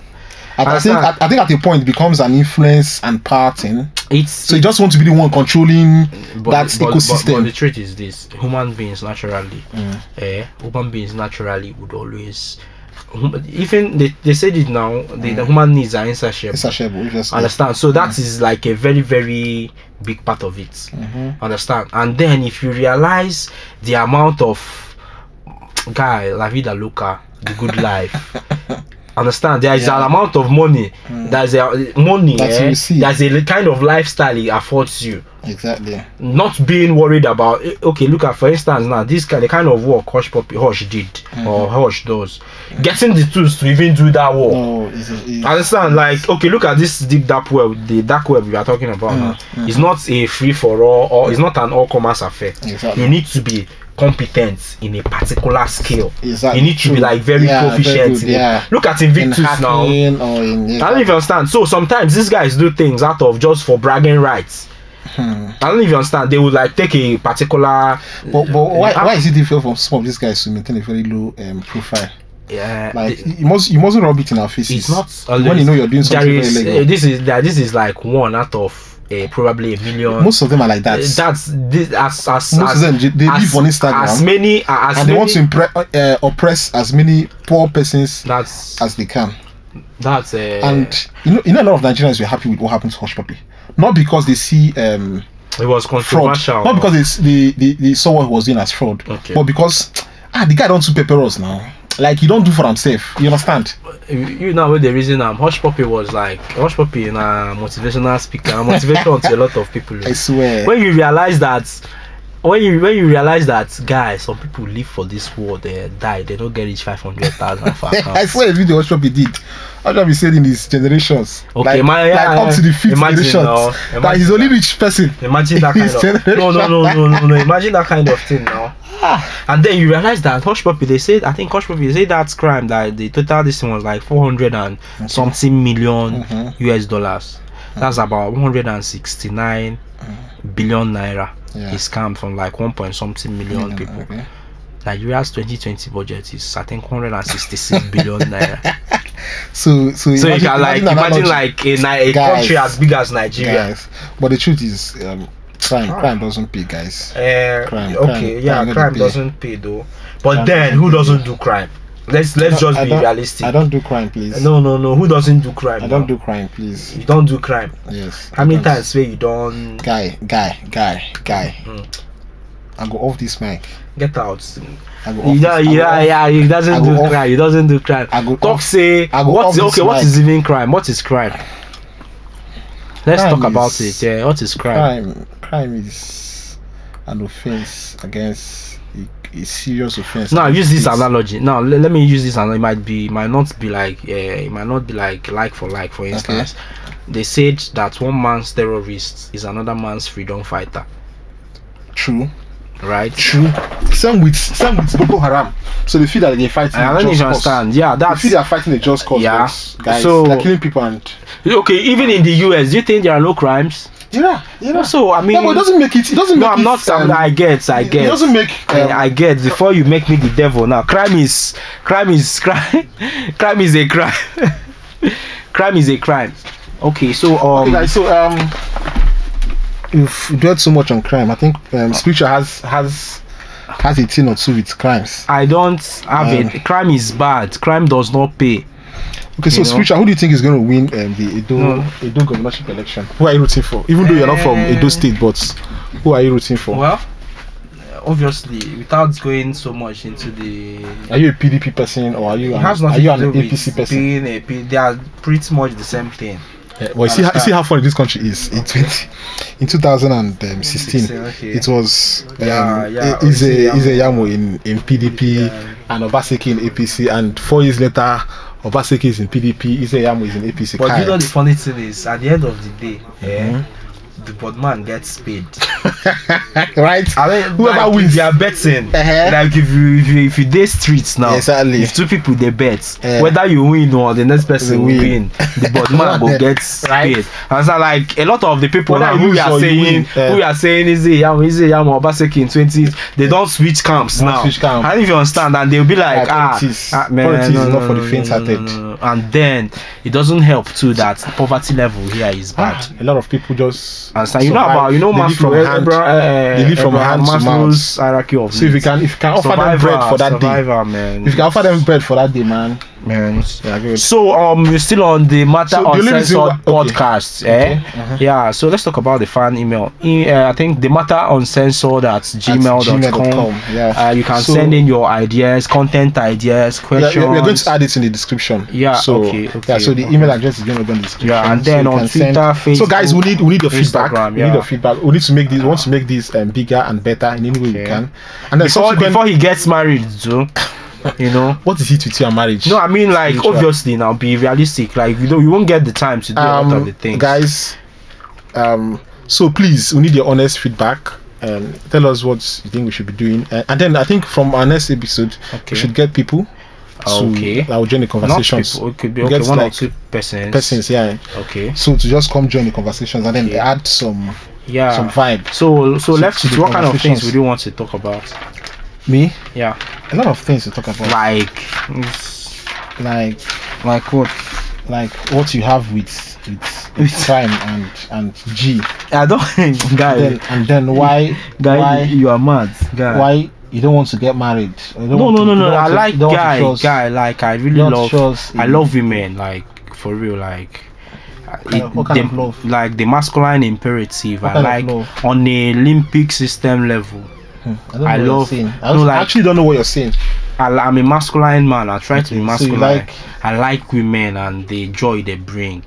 Speaker 2: At- I think
Speaker 1: understand?
Speaker 2: at, I think at a point it becomes an influence and parting.
Speaker 1: It's
Speaker 2: So you just want to be the one controlling
Speaker 1: but,
Speaker 2: that
Speaker 1: but- but-
Speaker 2: ecosystem. Mm.
Speaker 1: But, the truth is this: human beings naturally, eh, human beings naturally would always, hum- even they, they said it now. The, the human needs are insatiable.
Speaker 2: it's a shame, we just-
Speaker 1: Understand? So that is like a very very big part of it.
Speaker 2: Mm-hmm.
Speaker 1: Understand? And then if you realize the
Speaker 2: *laughs*
Speaker 1: amount of guy La Vida Loca, the good life. understand there is an
Speaker 2: Yeah.
Speaker 1: amount of money
Speaker 2: Mm.
Speaker 1: there's a money
Speaker 2: That you
Speaker 1: eh,
Speaker 2: receive.
Speaker 1: there's a li- kind of lifestyle it affords you
Speaker 2: Exactly.
Speaker 1: not being worried about eh, okay look at for instance now this kind the kind of work hush puppy hush did
Speaker 2: Hmm.
Speaker 1: or hush does getting the tools to even do that work
Speaker 2: No, it's, it's,
Speaker 1: understand like okay look at this deep dark web the dark web we are talking about
Speaker 2: Mm,
Speaker 1: now it's not a free for all or it's not an all commerce affair
Speaker 2: Exactly.
Speaker 1: you need to be competent in a particular skill
Speaker 2: Exactly.
Speaker 1: you need to be
Speaker 2: True.
Speaker 1: like very
Speaker 2: Yeah,
Speaker 1: proficient
Speaker 2: good,
Speaker 1: in it.
Speaker 2: yeah.
Speaker 1: look at
Speaker 2: In
Speaker 1: invictus now i
Speaker 2: hacking or in
Speaker 1: don't even understand so sometimes these guys do things out of just for bragging rights
Speaker 2: Hmm.
Speaker 1: i don't even understand they would like take a particular
Speaker 2: But, but why,
Speaker 1: Yeah.
Speaker 2: why is it difficult for some of these guys to maintain a very low um, profile?
Speaker 1: yeah
Speaker 2: Like
Speaker 1: the-
Speaker 2: you must you mustn't rub it in our
Speaker 1: it's
Speaker 2: faces.
Speaker 1: not
Speaker 2: when you know you're doing
Speaker 1: there
Speaker 2: something
Speaker 1: is
Speaker 2: very
Speaker 1: uh,
Speaker 2: legal.
Speaker 1: this is that this is like one out of uh, probably a million
Speaker 2: Most of them are like that.
Speaker 1: that's, that's this as as
Speaker 2: Most
Speaker 1: as,
Speaker 2: of them they they
Speaker 1: as,
Speaker 2: live on Instagram
Speaker 1: as many as
Speaker 2: and
Speaker 1: many,
Speaker 2: they want to impre- uh, oppress as many poor persons
Speaker 1: that's
Speaker 2: as they can.
Speaker 1: that's uh,
Speaker 2: And you know, you know, a lot of Nigerians were happy with what happened to Hush Puppy, not because they see um,
Speaker 1: it was
Speaker 2: fraud,
Speaker 1: controversial
Speaker 2: not because it's they, they, they saw what he was doing as fraud,
Speaker 1: Okay.
Speaker 2: but because ah the guy don't do pepper us now. Like he don't do for himself. You understand?
Speaker 1: you, you know the reason um hush puppy was like hush puppy na motivational speaker na motivation to a lot of people
Speaker 2: *laughs* I swear.
Speaker 1: when you realize that when you when you realize that guys some people live for this world they die they don't get reach five hundred
Speaker 2: *laughs*
Speaker 1: thousand for account
Speaker 2: I saw a video Hush Puppy did. Hush Puppy said in his generations,
Speaker 1: Okay,
Speaker 2: like,
Speaker 1: my-
Speaker 2: like up to the fifth
Speaker 1: imagine
Speaker 2: generation,
Speaker 1: now,
Speaker 2: that
Speaker 1: imagine
Speaker 2: he's only
Speaker 1: now.
Speaker 2: rich person.
Speaker 1: imagine
Speaker 2: *laughs*
Speaker 1: that kind
Speaker 2: His
Speaker 1: of no no no no no no imagine that kind of thing now
Speaker 2: Ah.
Speaker 1: and then you realize that hush puppy they said i think hush puppy they say that crime that the total this thing was like 400 and something million
Speaker 2: Mhm.
Speaker 1: us dollars that's about 169 billion naira
Speaker 2: Mm. Yeah.
Speaker 1: is scammed from like one point something million people
Speaker 2: Okay.
Speaker 1: nigeria's 2020 budget is i think 166 billion
Speaker 2: *laughs*
Speaker 1: naira
Speaker 2: So, so,
Speaker 1: so you can like
Speaker 2: an
Speaker 1: imagine
Speaker 2: analogy.
Speaker 1: like a, Ni- a
Speaker 2: Guys.
Speaker 1: country as big as nigeria
Speaker 2: guys. But the truth is, um, crime, crime doesn't pay, guys.
Speaker 1: Uh,
Speaker 2: Crime,
Speaker 1: okay,
Speaker 2: crime,
Speaker 1: yeah,
Speaker 2: crime
Speaker 1: crime,
Speaker 2: doesn't
Speaker 1: doesn't pay
Speaker 2: pay.
Speaker 1: though. But
Speaker 2: Crime
Speaker 1: then
Speaker 2: doesn't
Speaker 1: who
Speaker 2: pay.
Speaker 1: doesn't do crime? Let's let's just
Speaker 2: I
Speaker 1: be
Speaker 2: don't-
Speaker 1: realistic.
Speaker 2: I don't do crime, please.
Speaker 1: no, no, no. Who doesn't do crime?
Speaker 2: I don't
Speaker 1: now?
Speaker 2: do crime, please.
Speaker 1: You don't do crime.
Speaker 2: Yes.
Speaker 1: How many
Speaker 2: because-
Speaker 1: times where you don't
Speaker 2: Guy, guy, guy, guy.
Speaker 1: Mm.
Speaker 2: I go off this mic.
Speaker 1: get out?
Speaker 2: I go off.
Speaker 1: Yeah,
Speaker 2: this, I go
Speaker 1: yeah,
Speaker 2: off-
Speaker 1: yeah. He
Speaker 2: I
Speaker 1: doesn't
Speaker 2: go
Speaker 1: do
Speaker 2: off-
Speaker 1: crime. He doesn't do crime.
Speaker 2: I go
Speaker 1: Talk
Speaker 2: off-
Speaker 1: say
Speaker 2: I go
Speaker 1: what's
Speaker 2: off this
Speaker 1: okay? What
Speaker 2: mic.
Speaker 1: is even crime? What is crime? Let's
Speaker 2: Crime
Speaker 1: talk about it.
Speaker 2: is-
Speaker 1: Yeah, what is crime?
Speaker 2: Crime, crime is an offense against a, a serious offense.
Speaker 1: now use this
Speaker 2: It's-
Speaker 1: analogy now le- let me use this and it might be it might not be like uh, it might not be like like for like for instance they said that one man's terrorist is another man's freedom fighter
Speaker 2: True.
Speaker 1: right
Speaker 2: True. Some with some with Boko Haram, so they feel that they fight.
Speaker 1: i don't even understand yeah
Speaker 2: I
Speaker 1: that's
Speaker 2: feel they are fighting a just cause.
Speaker 1: Yeah.
Speaker 2: but Guys,
Speaker 1: So-
Speaker 2: they're killing people and
Speaker 1: okay even in the us do you think there are no crimes
Speaker 2: yeah, yeah.
Speaker 1: so i mean
Speaker 2: yeah, but it doesn't make it. It doesn't
Speaker 1: no
Speaker 2: make
Speaker 1: i'm
Speaker 2: it,
Speaker 1: not
Speaker 2: um,
Speaker 1: I'm, i get i
Speaker 2: it-
Speaker 1: get
Speaker 2: It doesn't make.
Speaker 1: I-
Speaker 2: Um,
Speaker 1: I get before you make me the devil now crime is crime is *laughs* crime crime is a crime *laughs* crime is a crime okay so um
Speaker 2: okay, guys, so um, you've dwelt so much on crime. I think
Speaker 1: Ah.
Speaker 2: um, scripture has has has a thing or two with crimes.
Speaker 1: I don't have
Speaker 2: Mm.
Speaker 1: it. Crime is bad. Crime does not pay.
Speaker 2: Okay, so
Speaker 1: You know?
Speaker 2: scripture, who do you think is going to win um, the Edo
Speaker 1: No.
Speaker 2: Edo governorship election? Who are you rooting for? Even though you're not from
Speaker 1: Eh.
Speaker 2: Edo State, but who are you rooting for?
Speaker 1: Well, obviously, without going so much into the,
Speaker 2: Are you a PDP person or are you
Speaker 1: it
Speaker 2: an,
Speaker 1: has
Speaker 2: are
Speaker 1: nothing
Speaker 2: you
Speaker 1: to
Speaker 2: an
Speaker 1: do with
Speaker 2: APC person?
Speaker 1: being a P. They are pretty much the same thing.
Speaker 2: Yeah, Eh, well, you see, how, you see how far this country is. In, 20, in 2016,
Speaker 1: okay.
Speaker 2: it was um,
Speaker 1: Yeah, yeah,
Speaker 2: is a
Speaker 1: Ozeyamo.
Speaker 2: is a Yamo in in PDP
Speaker 1: Yeah.
Speaker 2: and Obaseki in APC, and four years later, Obaseki is in PDP, Ize Yamo is in APC.
Speaker 1: but you
Speaker 2: Kai.
Speaker 1: know
Speaker 2: *laughs*
Speaker 1: the funny thing is, at the end of the day,
Speaker 2: Mhm.
Speaker 1: yeah, the board man gets paid.
Speaker 2: right?
Speaker 1: I mean,
Speaker 2: Whoever
Speaker 1: like, if
Speaker 2: wins.
Speaker 1: they are betting.
Speaker 2: Uh-huh.
Speaker 1: Like if you if you if you day streets now,
Speaker 2: Exactly.
Speaker 1: if two people they bet,
Speaker 2: Eh.
Speaker 1: whether you win or the next person will
Speaker 2: win.
Speaker 1: win, the
Speaker 2: *laughs*
Speaker 1: board man will get
Speaker 2: Right.
Speaker 1: paid. And so like a lot of the people
Speaker 2: Whether
Speaker 1: now
Speaker 2: you
Speaker 1: who
Speaker 2: lose
Speaker 1: we are
Speaker 2: or you
Speaker 1: saying
Speaker 2: win, eh.
Speaker 1: who we are saying is it Yam is it Yam or Baseki in twenties, they don't switch camps
Speaker 2: Don't
Speaker 1: now.
Speaker 2: switch camp.
Speaker 1: I don't even understand, and they'll be like,
Speaker 2: Yeah,
Speaker 1: ah,
Speaker 2: politics-
Speaker 1: ah, man,
Speaker 2: politics
Speaker 1: no,
Speaker 2: is
Speaker 1: no,
Speaker 2: not for
Speaker 1: no,
Speaker 2: the
Speaker 1: no,
Speaker 2: faint-hearted.
Speaker 1: no, no, no. And then it doesn't help too that poverty level here is bad.
Speaker 2: Ah, a lot of people just
Speaker 1: And Ah, so you know
Speaker 2: survive.
Speaker 1: about you know
Speaker 2: They live
Speaker 1: Maslow,
Speaker 2: from
Speaker 1: eh,
Speaker 2: hand.
Speaker 1: Abra- eh,
Speaker 2: they live from
Speaker 1: Abraham
Speaker 2: hand to mouth.
Speaker 1: Maslow's hierarchy of
Speaker 2: So if you
Speaker 1: needs.
Speaker 2: can if you can offer them bread for that day,
Speaker 1: survivor, man.
Speaker 2: if you can offer them bread for that day, man, Man, yeah, I agree with
Speaker 1: So um, we're still on the matter
Speaker 2: So the
Speaker 1: on
Speaker 2: only
Speaker 1: censored
Speaker 2: reason why- okay.
Speaker 1: podcast, eh?
Speaker 2: Okay, uh-huh.
Speaker 1: Yeah. So let's talk about the fan email. E- uh, I think the matter on censored at gmail.com.
Speaker 2: gmail.com, yeah.
Speaker 1: Uh, you can
Speaker 2: So-
Speaker 1: send in your ideas, content ideas,
Speaker 2: Yeah,
Speaker 1: questions.
Speaker 2: yeah, we're going to add it in the description.
Speaker 1: Yeah,
Speaker 2: So
Speaker 1: okay,
Speaker 2: yeah, so
Speaker 1: okay,
Speaker 2: the
Speaker 1: okay.
Speaker 2: email address is going to be in the description.
Speaker 1: Yeah, and
Speaker 2: so
Speaker 1: then
Speaker 2: you
Speaker 1: on
Speaker 2: can
Speaker 1: Twitter,
Speaker 2: So guys, we
Speaker 1: Facebook,
Speaker 2: need we need your
Speaker 1: Instagram,
Speaker 2: feedback. We need
Speaker 1: yeah.
Speaker 2: your feedback. We need to make this. We want to make this um, bigger and better in any way we
Speaker 1: Okay.
Speaker 2: can. And then
Speaker 1: before,
Speaker 2: subsequent-
Speaker 1: before he gets married, too. You know.
Speaker 2: what is it with you and marriage?
Speaker 1: No, I mean like
Speaker 2: Spiritual.
Speaker 1: obviously now be realistic. Like you know you won't get the time to do a lot of the things.
Speaker 2: Um, guys. Um, so please, we need your honest feedback. Um, tell us what you think we should be doing, uh, and then I think from our next episode,
Speaker 1: Okay.
Speaker 2: we should get people to
Speaker 1: Okay.
Speaker 2: that will join the
Speaker 1: not
Speaker 2: conversations.
Speaker 1: people. It could be
Speaker 2: We
Speaker 1: okay,
Speaker 2: get,
Speaker 1: one
Speaker 2: like,
Speaker 1: or two persons.
Speaker 2: Persons, yeah.
Speaker 1: Okay.
Speaker 2: So to just come join the conversations and then
Speaker 1: Okay.
Speaker 2: add some
Speaker 1: Yeah.
Speaker 2: some vibe.
Speaker 1: So, so
Speaker 2: So
Speaker 1: left
Speaker 2: to
Speaker 1: it.
Speaker 2: the
Speaker 1: What kind of things
Speaker 2: conversations.
Speaker 1: would you want to talk about?
Speaker 2: Me,
Speaker 1: Yeah,
Speaker 2: a lot of things to talk about.
Speaker 1: like, it's-
Speaker 2: like
Speaker 1: like what?
Speaker 2: like what you have with with,
Speaker 1: *laughs*
Speaker 2: with crime and and G.
Speaker 1: I don't, *laughs* guy,
Speaker 2: Then and then why
Speaker 1: guy,
Speaker 2: why
Speaker 1: you are mad, guy.
Speaker 2: why you don't want to get married? You don't
Speaker 1: No,
Speaker 2: want
Speaker 1: no,
Speaker 2: to-
Speaker 1: no,
Speaker 2: you
Speaker 1: no.
Speaker 2: don't
Speaker 1: I
Speaker 2: want to-
Speaker 1: like
Speaker 2: you don't want to
Speaker 1: guy,
Speaker 2: trust-
Speaker 1: guy. Like I really
Speaker 2: don't
Speaker 1: love.
Speaker 2: trust
Speaker 1: I
Speaker 2: in-
Speaker 1: love women, like for real, like.
Speaker 2: kind of- what kind
Speaker 1: the-
Speaker 2: of love?
Speaker 1: Like the masculine imperative,
Speaker 2: What
Speaker 1: I
Speaker 2: kind of
Speaker 1: like
Speaker 2: love?
Speaker 1: on the Olympic system level.
Speaker 2: Hmm, I, don't know
Speaker 1: I
Speaker 2: what you're
Speaker 1: love-
Speaker 2: saying. I
Speaker 1: no,
Speaker 2: also-
Speaker 1: like-
Speaker 2: actually don't know what you're saying.
Speaker 1: I, I'm a masculine man. I try to be
Speaker 2: so you
Speaker 1: masculine.
Speaker 2: like
Speaker 1: I like women and the joy they bring.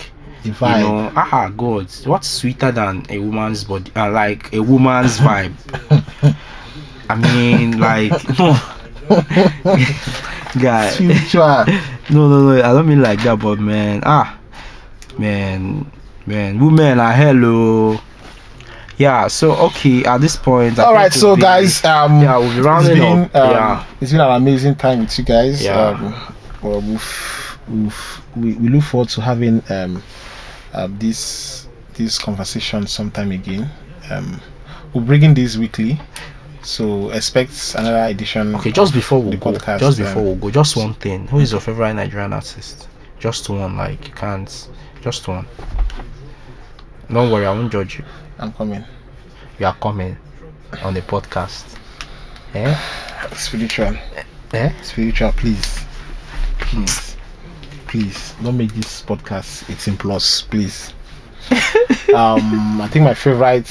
Speaker 2: the vibe.
Speaker 1: You know, ah, God, what's sweeter than a woman's body? Uh, like a woman's *laughs* vibe. *laughs*
Speaker 2: *laughs*
Speaker 1: I mean, like, *laughs* no. guy.
Speaker 2: Future.
Speaker 1: No, no, no. I don't mean like that, but man, ah, man, man, women are hello. Yeah. So okay, at this point. I
Speaker 2: All
Speaker 1: think
Speaker 2: right,
Speaker 1: we'll
Speaker 2: so
Speaker 1: be-
Speaker 2: guys, um,
Speaker 1: Yeah, we'll be rounding
Speaker 2: it's been,
Speaker 1: up.
Speaker 2: um,
Speaker 1: yeah.
Speaker 2: it's been an amazing time with you guys.
Speaker 1: Yeah.
Speaker 2: Um, well, we've, we've, we we look forward to having um, um, this this conversation sometime again. Um, we're bringing this weekly, so expect another edition.
Speaker 1: Okay, just before we
Speaker 2: the
Speaker 1: go,
Speaker 2: podcast,
Speaker 1: just
Speaker 2: um,
Speaker 1: before we go, just one thing. Who is your favorite Nigerian artist? Just one, like you can't. Just one. Don't worry, I won't judge you.
Speaker 2: I'm coming.
Speaker 1: You are coming on the podcast. Eh?
Speaker 2: Spiritual,
Speaker 1: Eh?
Speaker 2: spiritual, please, please, please, don't make this podcast 18 plus, please. um, I think my favorite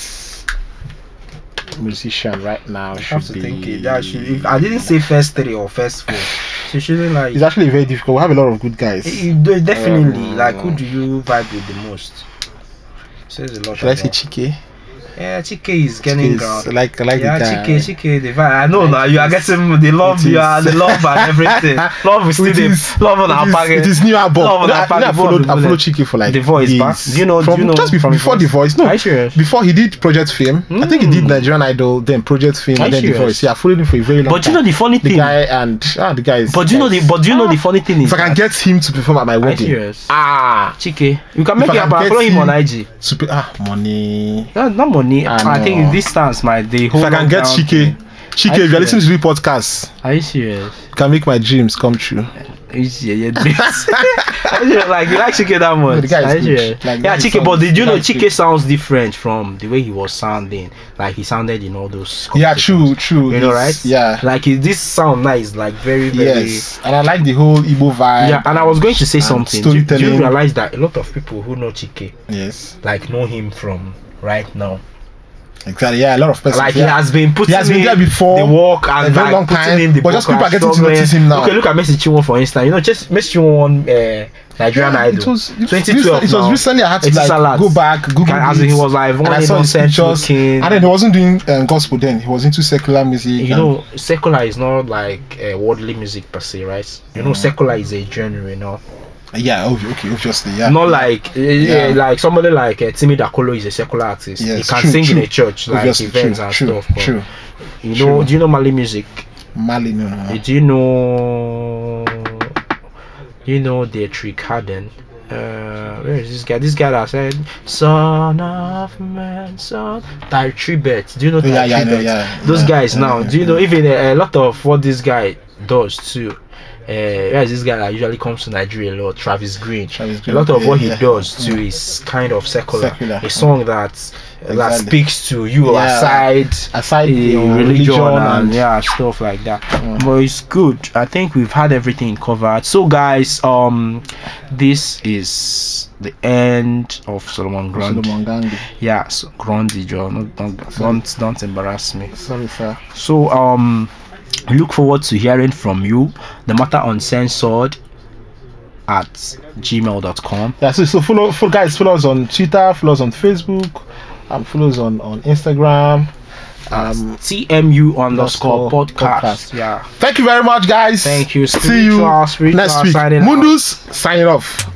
Speaker 2: musician right now should be.
Speaker 1: I didn't say first three or first four, she shouldn't like.
Speaker 2: It's actually very difficult. We have a lot of good guys. Should
Speaker 1: definitely,
Speaker 2: Um, like, who
Speaker 1: do you vibe with the most? Says a lot.
Speaker 2: I say Chike?
Speaker 1: Yeah, Chike is
Speaker 2: Chike is- I like I like
Speaker 1: yeah,
Speaker 2: the guy.
Speaker 1: Chike, Chike, the vibe. I know that you are getting the love,
Speaker 2: It
Speaker 1: you are
Speaker 2: is.
Speaker 1: the love
Speaker 2: *laughs*
Speaker 1: and everything. love is still
Speaker 2: It
Speaker 1: the
Speaker 2: is-
Speaker 1: love on
Speaker 2: it
Speaker 1: our
Speaker 2: is-
Speaker 1: package.
Speaker 2: It is new album.
Speaker 1: Love on
Speaker 2: No, I,
Speaker 1: our
Speaker 2: I, think I
Speaker 1: package.
Speaker 2: followed I
Speaker 1: Bullet.
Speaker 2: followed Chike for like
Speaker 1: The Voice,
Speaker 2: years.
Speaker 1: bah? Do you know- do
Speaker 2: From,
Speaker 1: you know
Speaker 2: just
Speaker 1: from
Speaker 2: before,
Speaker 1: The
Speaker 2: before
Speaker 1: Voice?
Speaker 2: the voice. No,
Speaker 1: Are you serious?
Speaker 2: before he did Project Fame. I think he did Nigerian Idol, then Project Fame,
Speaker 1: Hmm. Are
Speaker 2: and
Speaker 1: you
Speaker 2: then the
Speaker 1: serious?
Speaker 2: voice. Yeah, I followed him for a very long.
Speaker 1: But you
Speaker 2: time.
Speaker 1: know the funny
Speaker 2: the
Speaker 1: thing.
Speaker 2: guy and ah, the guy is. Ah.
Speaker 1: but do you know the but do you know the funny thing is
Speaker 2: If I can
Speaker 1: that-
Speaker 2: get him to perform at my
Speaker 1: Are you
Speaker 2: wedding,
Speaker 1: serious?
Speaker 2: ah,
Speaker 1: Chike, you can make
Speaker 2: I
Speaker 1: it
Speaker 2: can
Speaker 1: happen.
Speaker 2: get
Speaker 1: Follow him on
Speaker 2: him-
Speaker 1: IG.
Speaker 2: to pay, ah, money.
Speaker 1: Yeah, not money.
Speaker 2: I
Speaker 1: I, think
Speaker 2: know.
Speaker 1: distance, my the whole.
Speaker 2: If I can get
Speaker 1: lockdown
Speaker 2: Chike,
Speaker 1: thing.
Speaker 2: Chike,
Speaker 1: Are you
Speaker 2: if you're
Speaker 1: serious?
Speaker 2: listening to this podcast,
Speaker 1: Are you serious?
Speaker 2: you can make my dreams come true.
Speaker 1: Is yeah, *laughs* yeah, this. Are you serious? like you like Chike that much.
Speaker 2: the guy is
Speaker 1: Are you
Speaker 2: good.
Speaker 1: serious?
Speaker 2: Like,
Speaker 1: yeah,
Speaker 2: he
Speaker 1: Chike.
Speaker 2: sounds-
Speaker 1: But did you
Speaker 2: the
Speaker 1: know
Speaker 2: guy is
Speaker 1: Chike
Speaker 2: good.
Speaker 1: sounds different from the way he was sounding? Like he sounded in all those.
Speaker 2: Yeah,
Speaker 1: competitions.
Speaker 2: true, true.
Speaker 1: You know, right?
Speaker 2: He's- Yeah.
Speaker 1: Like it- this sound nice, like very, very.
Speaker 2: Yes, and I like the whole Igbo vibe.
Speaker 1: Yeah, and I was going to say
Speaker 2: and
Speaker 1: something. Do, do
Speaker 2: Storytelling.
Speaker 1: you realize that a lot of people who know Chike
Speaker 2: yes,
Speaker 1: like know him from right now?
Speaker 2: exactly. Yeah, a lot of persons.
Speaker 1: Like he
Speaker 2: yeah.
Speaker 1: has been putting
Speaker 2: He has been
Speaker 1: in
Speaker 2: there before
Speaker 1: the work and
Speaker 2: a very
Speaker 1: like
Speaker 2: long
Speaker 1: putting
Speaker 2: time,
Speaker 1: in the
Speaker 2: but just
Speaker 1: work
Speaker 2: people
Speaker 1: and
Speaker 2: are getting to
Speaker 1: struggling.
Speaker 2: notice him now.
Speaker 1: Okay, look at Messi Chinwo for instance. You know, just Messi Chinwo won uh, Nigerian
Speaker 2: Yeah,
Speaker 1: Idol.
Speaker 2: it was it was,
Speaker 1: 2012
Speaker 2: recent- it was
Speaker 1: now.
Speaker 2: recently I had to
Speaker 1: It's
Speaker 2: like
Speaker 1: Salat.
Speaker 2: go back Google
Speaker 1: Can- as in
Speaker 2: it,
Speaker 1: he was like
Speaker 2: and
Speaker 1: one
Speaker 2: I saw his
Speaker 1: innocent
Speaker 2: pictures
Speaker 1: looking-
Speaker 2: and then he wasn't doing um, gospel then he was into secular music
Speaker 1: you
Speaker 2: and-
Speaker 1: know, secular is not like uh, worldly music per se, right? You
Speaker 2: Mm.
Speaker 1: know, secular is a genre, you know,
Speaker 2: yeah obvi- okay obviously yeah
Speaker 1: not like uh, yeah.
Speaker 2: Yeah.
Speaker 1: like somebody like uh, Timmy Dakolo is a secular artist. he
Speaker 2: Yes,
Speaker 1: can
Speaker 2: true,
Speaker 1: sing in
Speaker 2: true.
Speaker 1: a church, like
Speaker 2: obviously
Speaker 1: events
Speaker 2: true
Speaker 1: and
Speaker 2: true
Speaker 1: stuff. But
Speaker 2: true
Speaker 1: You know,
Speaker 2: true.
Speaker 1: do you know Mali music?
Speaker 2: Mali no no, no
Speaker 1: Do you know? You know Dietrich Harden. Uh, where is this guy? This guy that said, "Son of man, son." Ty Tribet. Do you know Ty
Speaker 2: Oh, Yeah, yeah, I know,
Speaker 1: Tribet?
Speaker 2: yeah,
Speaker 1: Those
Speaker 2: yeah,
Speaker 1: guys
Speaker 2: yeah,
Speaker 1: now.
Speaker 2: yeah,
Speaker 1: do you know even a, a lot of what this guy does too? uh, where's this guy that usually comes to Nigeria a lot, Travis Green.
Speaker 2: Travis
Speaker 1: A
Speaker 2: Green.
Speaker 1: lot of what he
Speaker 2: Yeah.
Speaker 1: does too is kind of secular.
Speaker 2: Secular.
Speaker 1: A song that that
Speaker 2: Exactly.
Speaker 1: speaks to you
Speaker 2: Yeah.
Speaker 1: aside
Speaker 2: Aside
Speaker 1: eh,
Speaker 2: your
Speaker 1: religion,
Speaker 2: religion
Speaker 1: and,
Speaker 2: and
Speaker 1: yeah stuff like that
Speaker 2: Mm.
Speaker 1: but it's good i think we've had everything covered so guys um this is the end of solomon grand
Speaker 2: Solomon Gangi.
Speaker 1: yeah so grundy john don't, don't don't embarrass me
Speaker 2: Sorry, sir.
Speaker 1: so um look forward to hearing from you the matter uncensored at gmail.com
Speaker 2: Yeah, so, so follow, follow guys, follow us on Twitter, follow us on Facebook, um, follow us on, on Instagram. Um,
Speaker 1: tmu underscore podcast.
Speaker 2: podcast.
Speaker 1: yeah
Speaker 2: thank you very much, guys.
Speaker 1: thank you
Speaker 2: See you
Speaker 1: Spiritual, spiritual
Speaker 2: next week.
Speaker 1: signing out.
Speaker 2: Mundus signing off.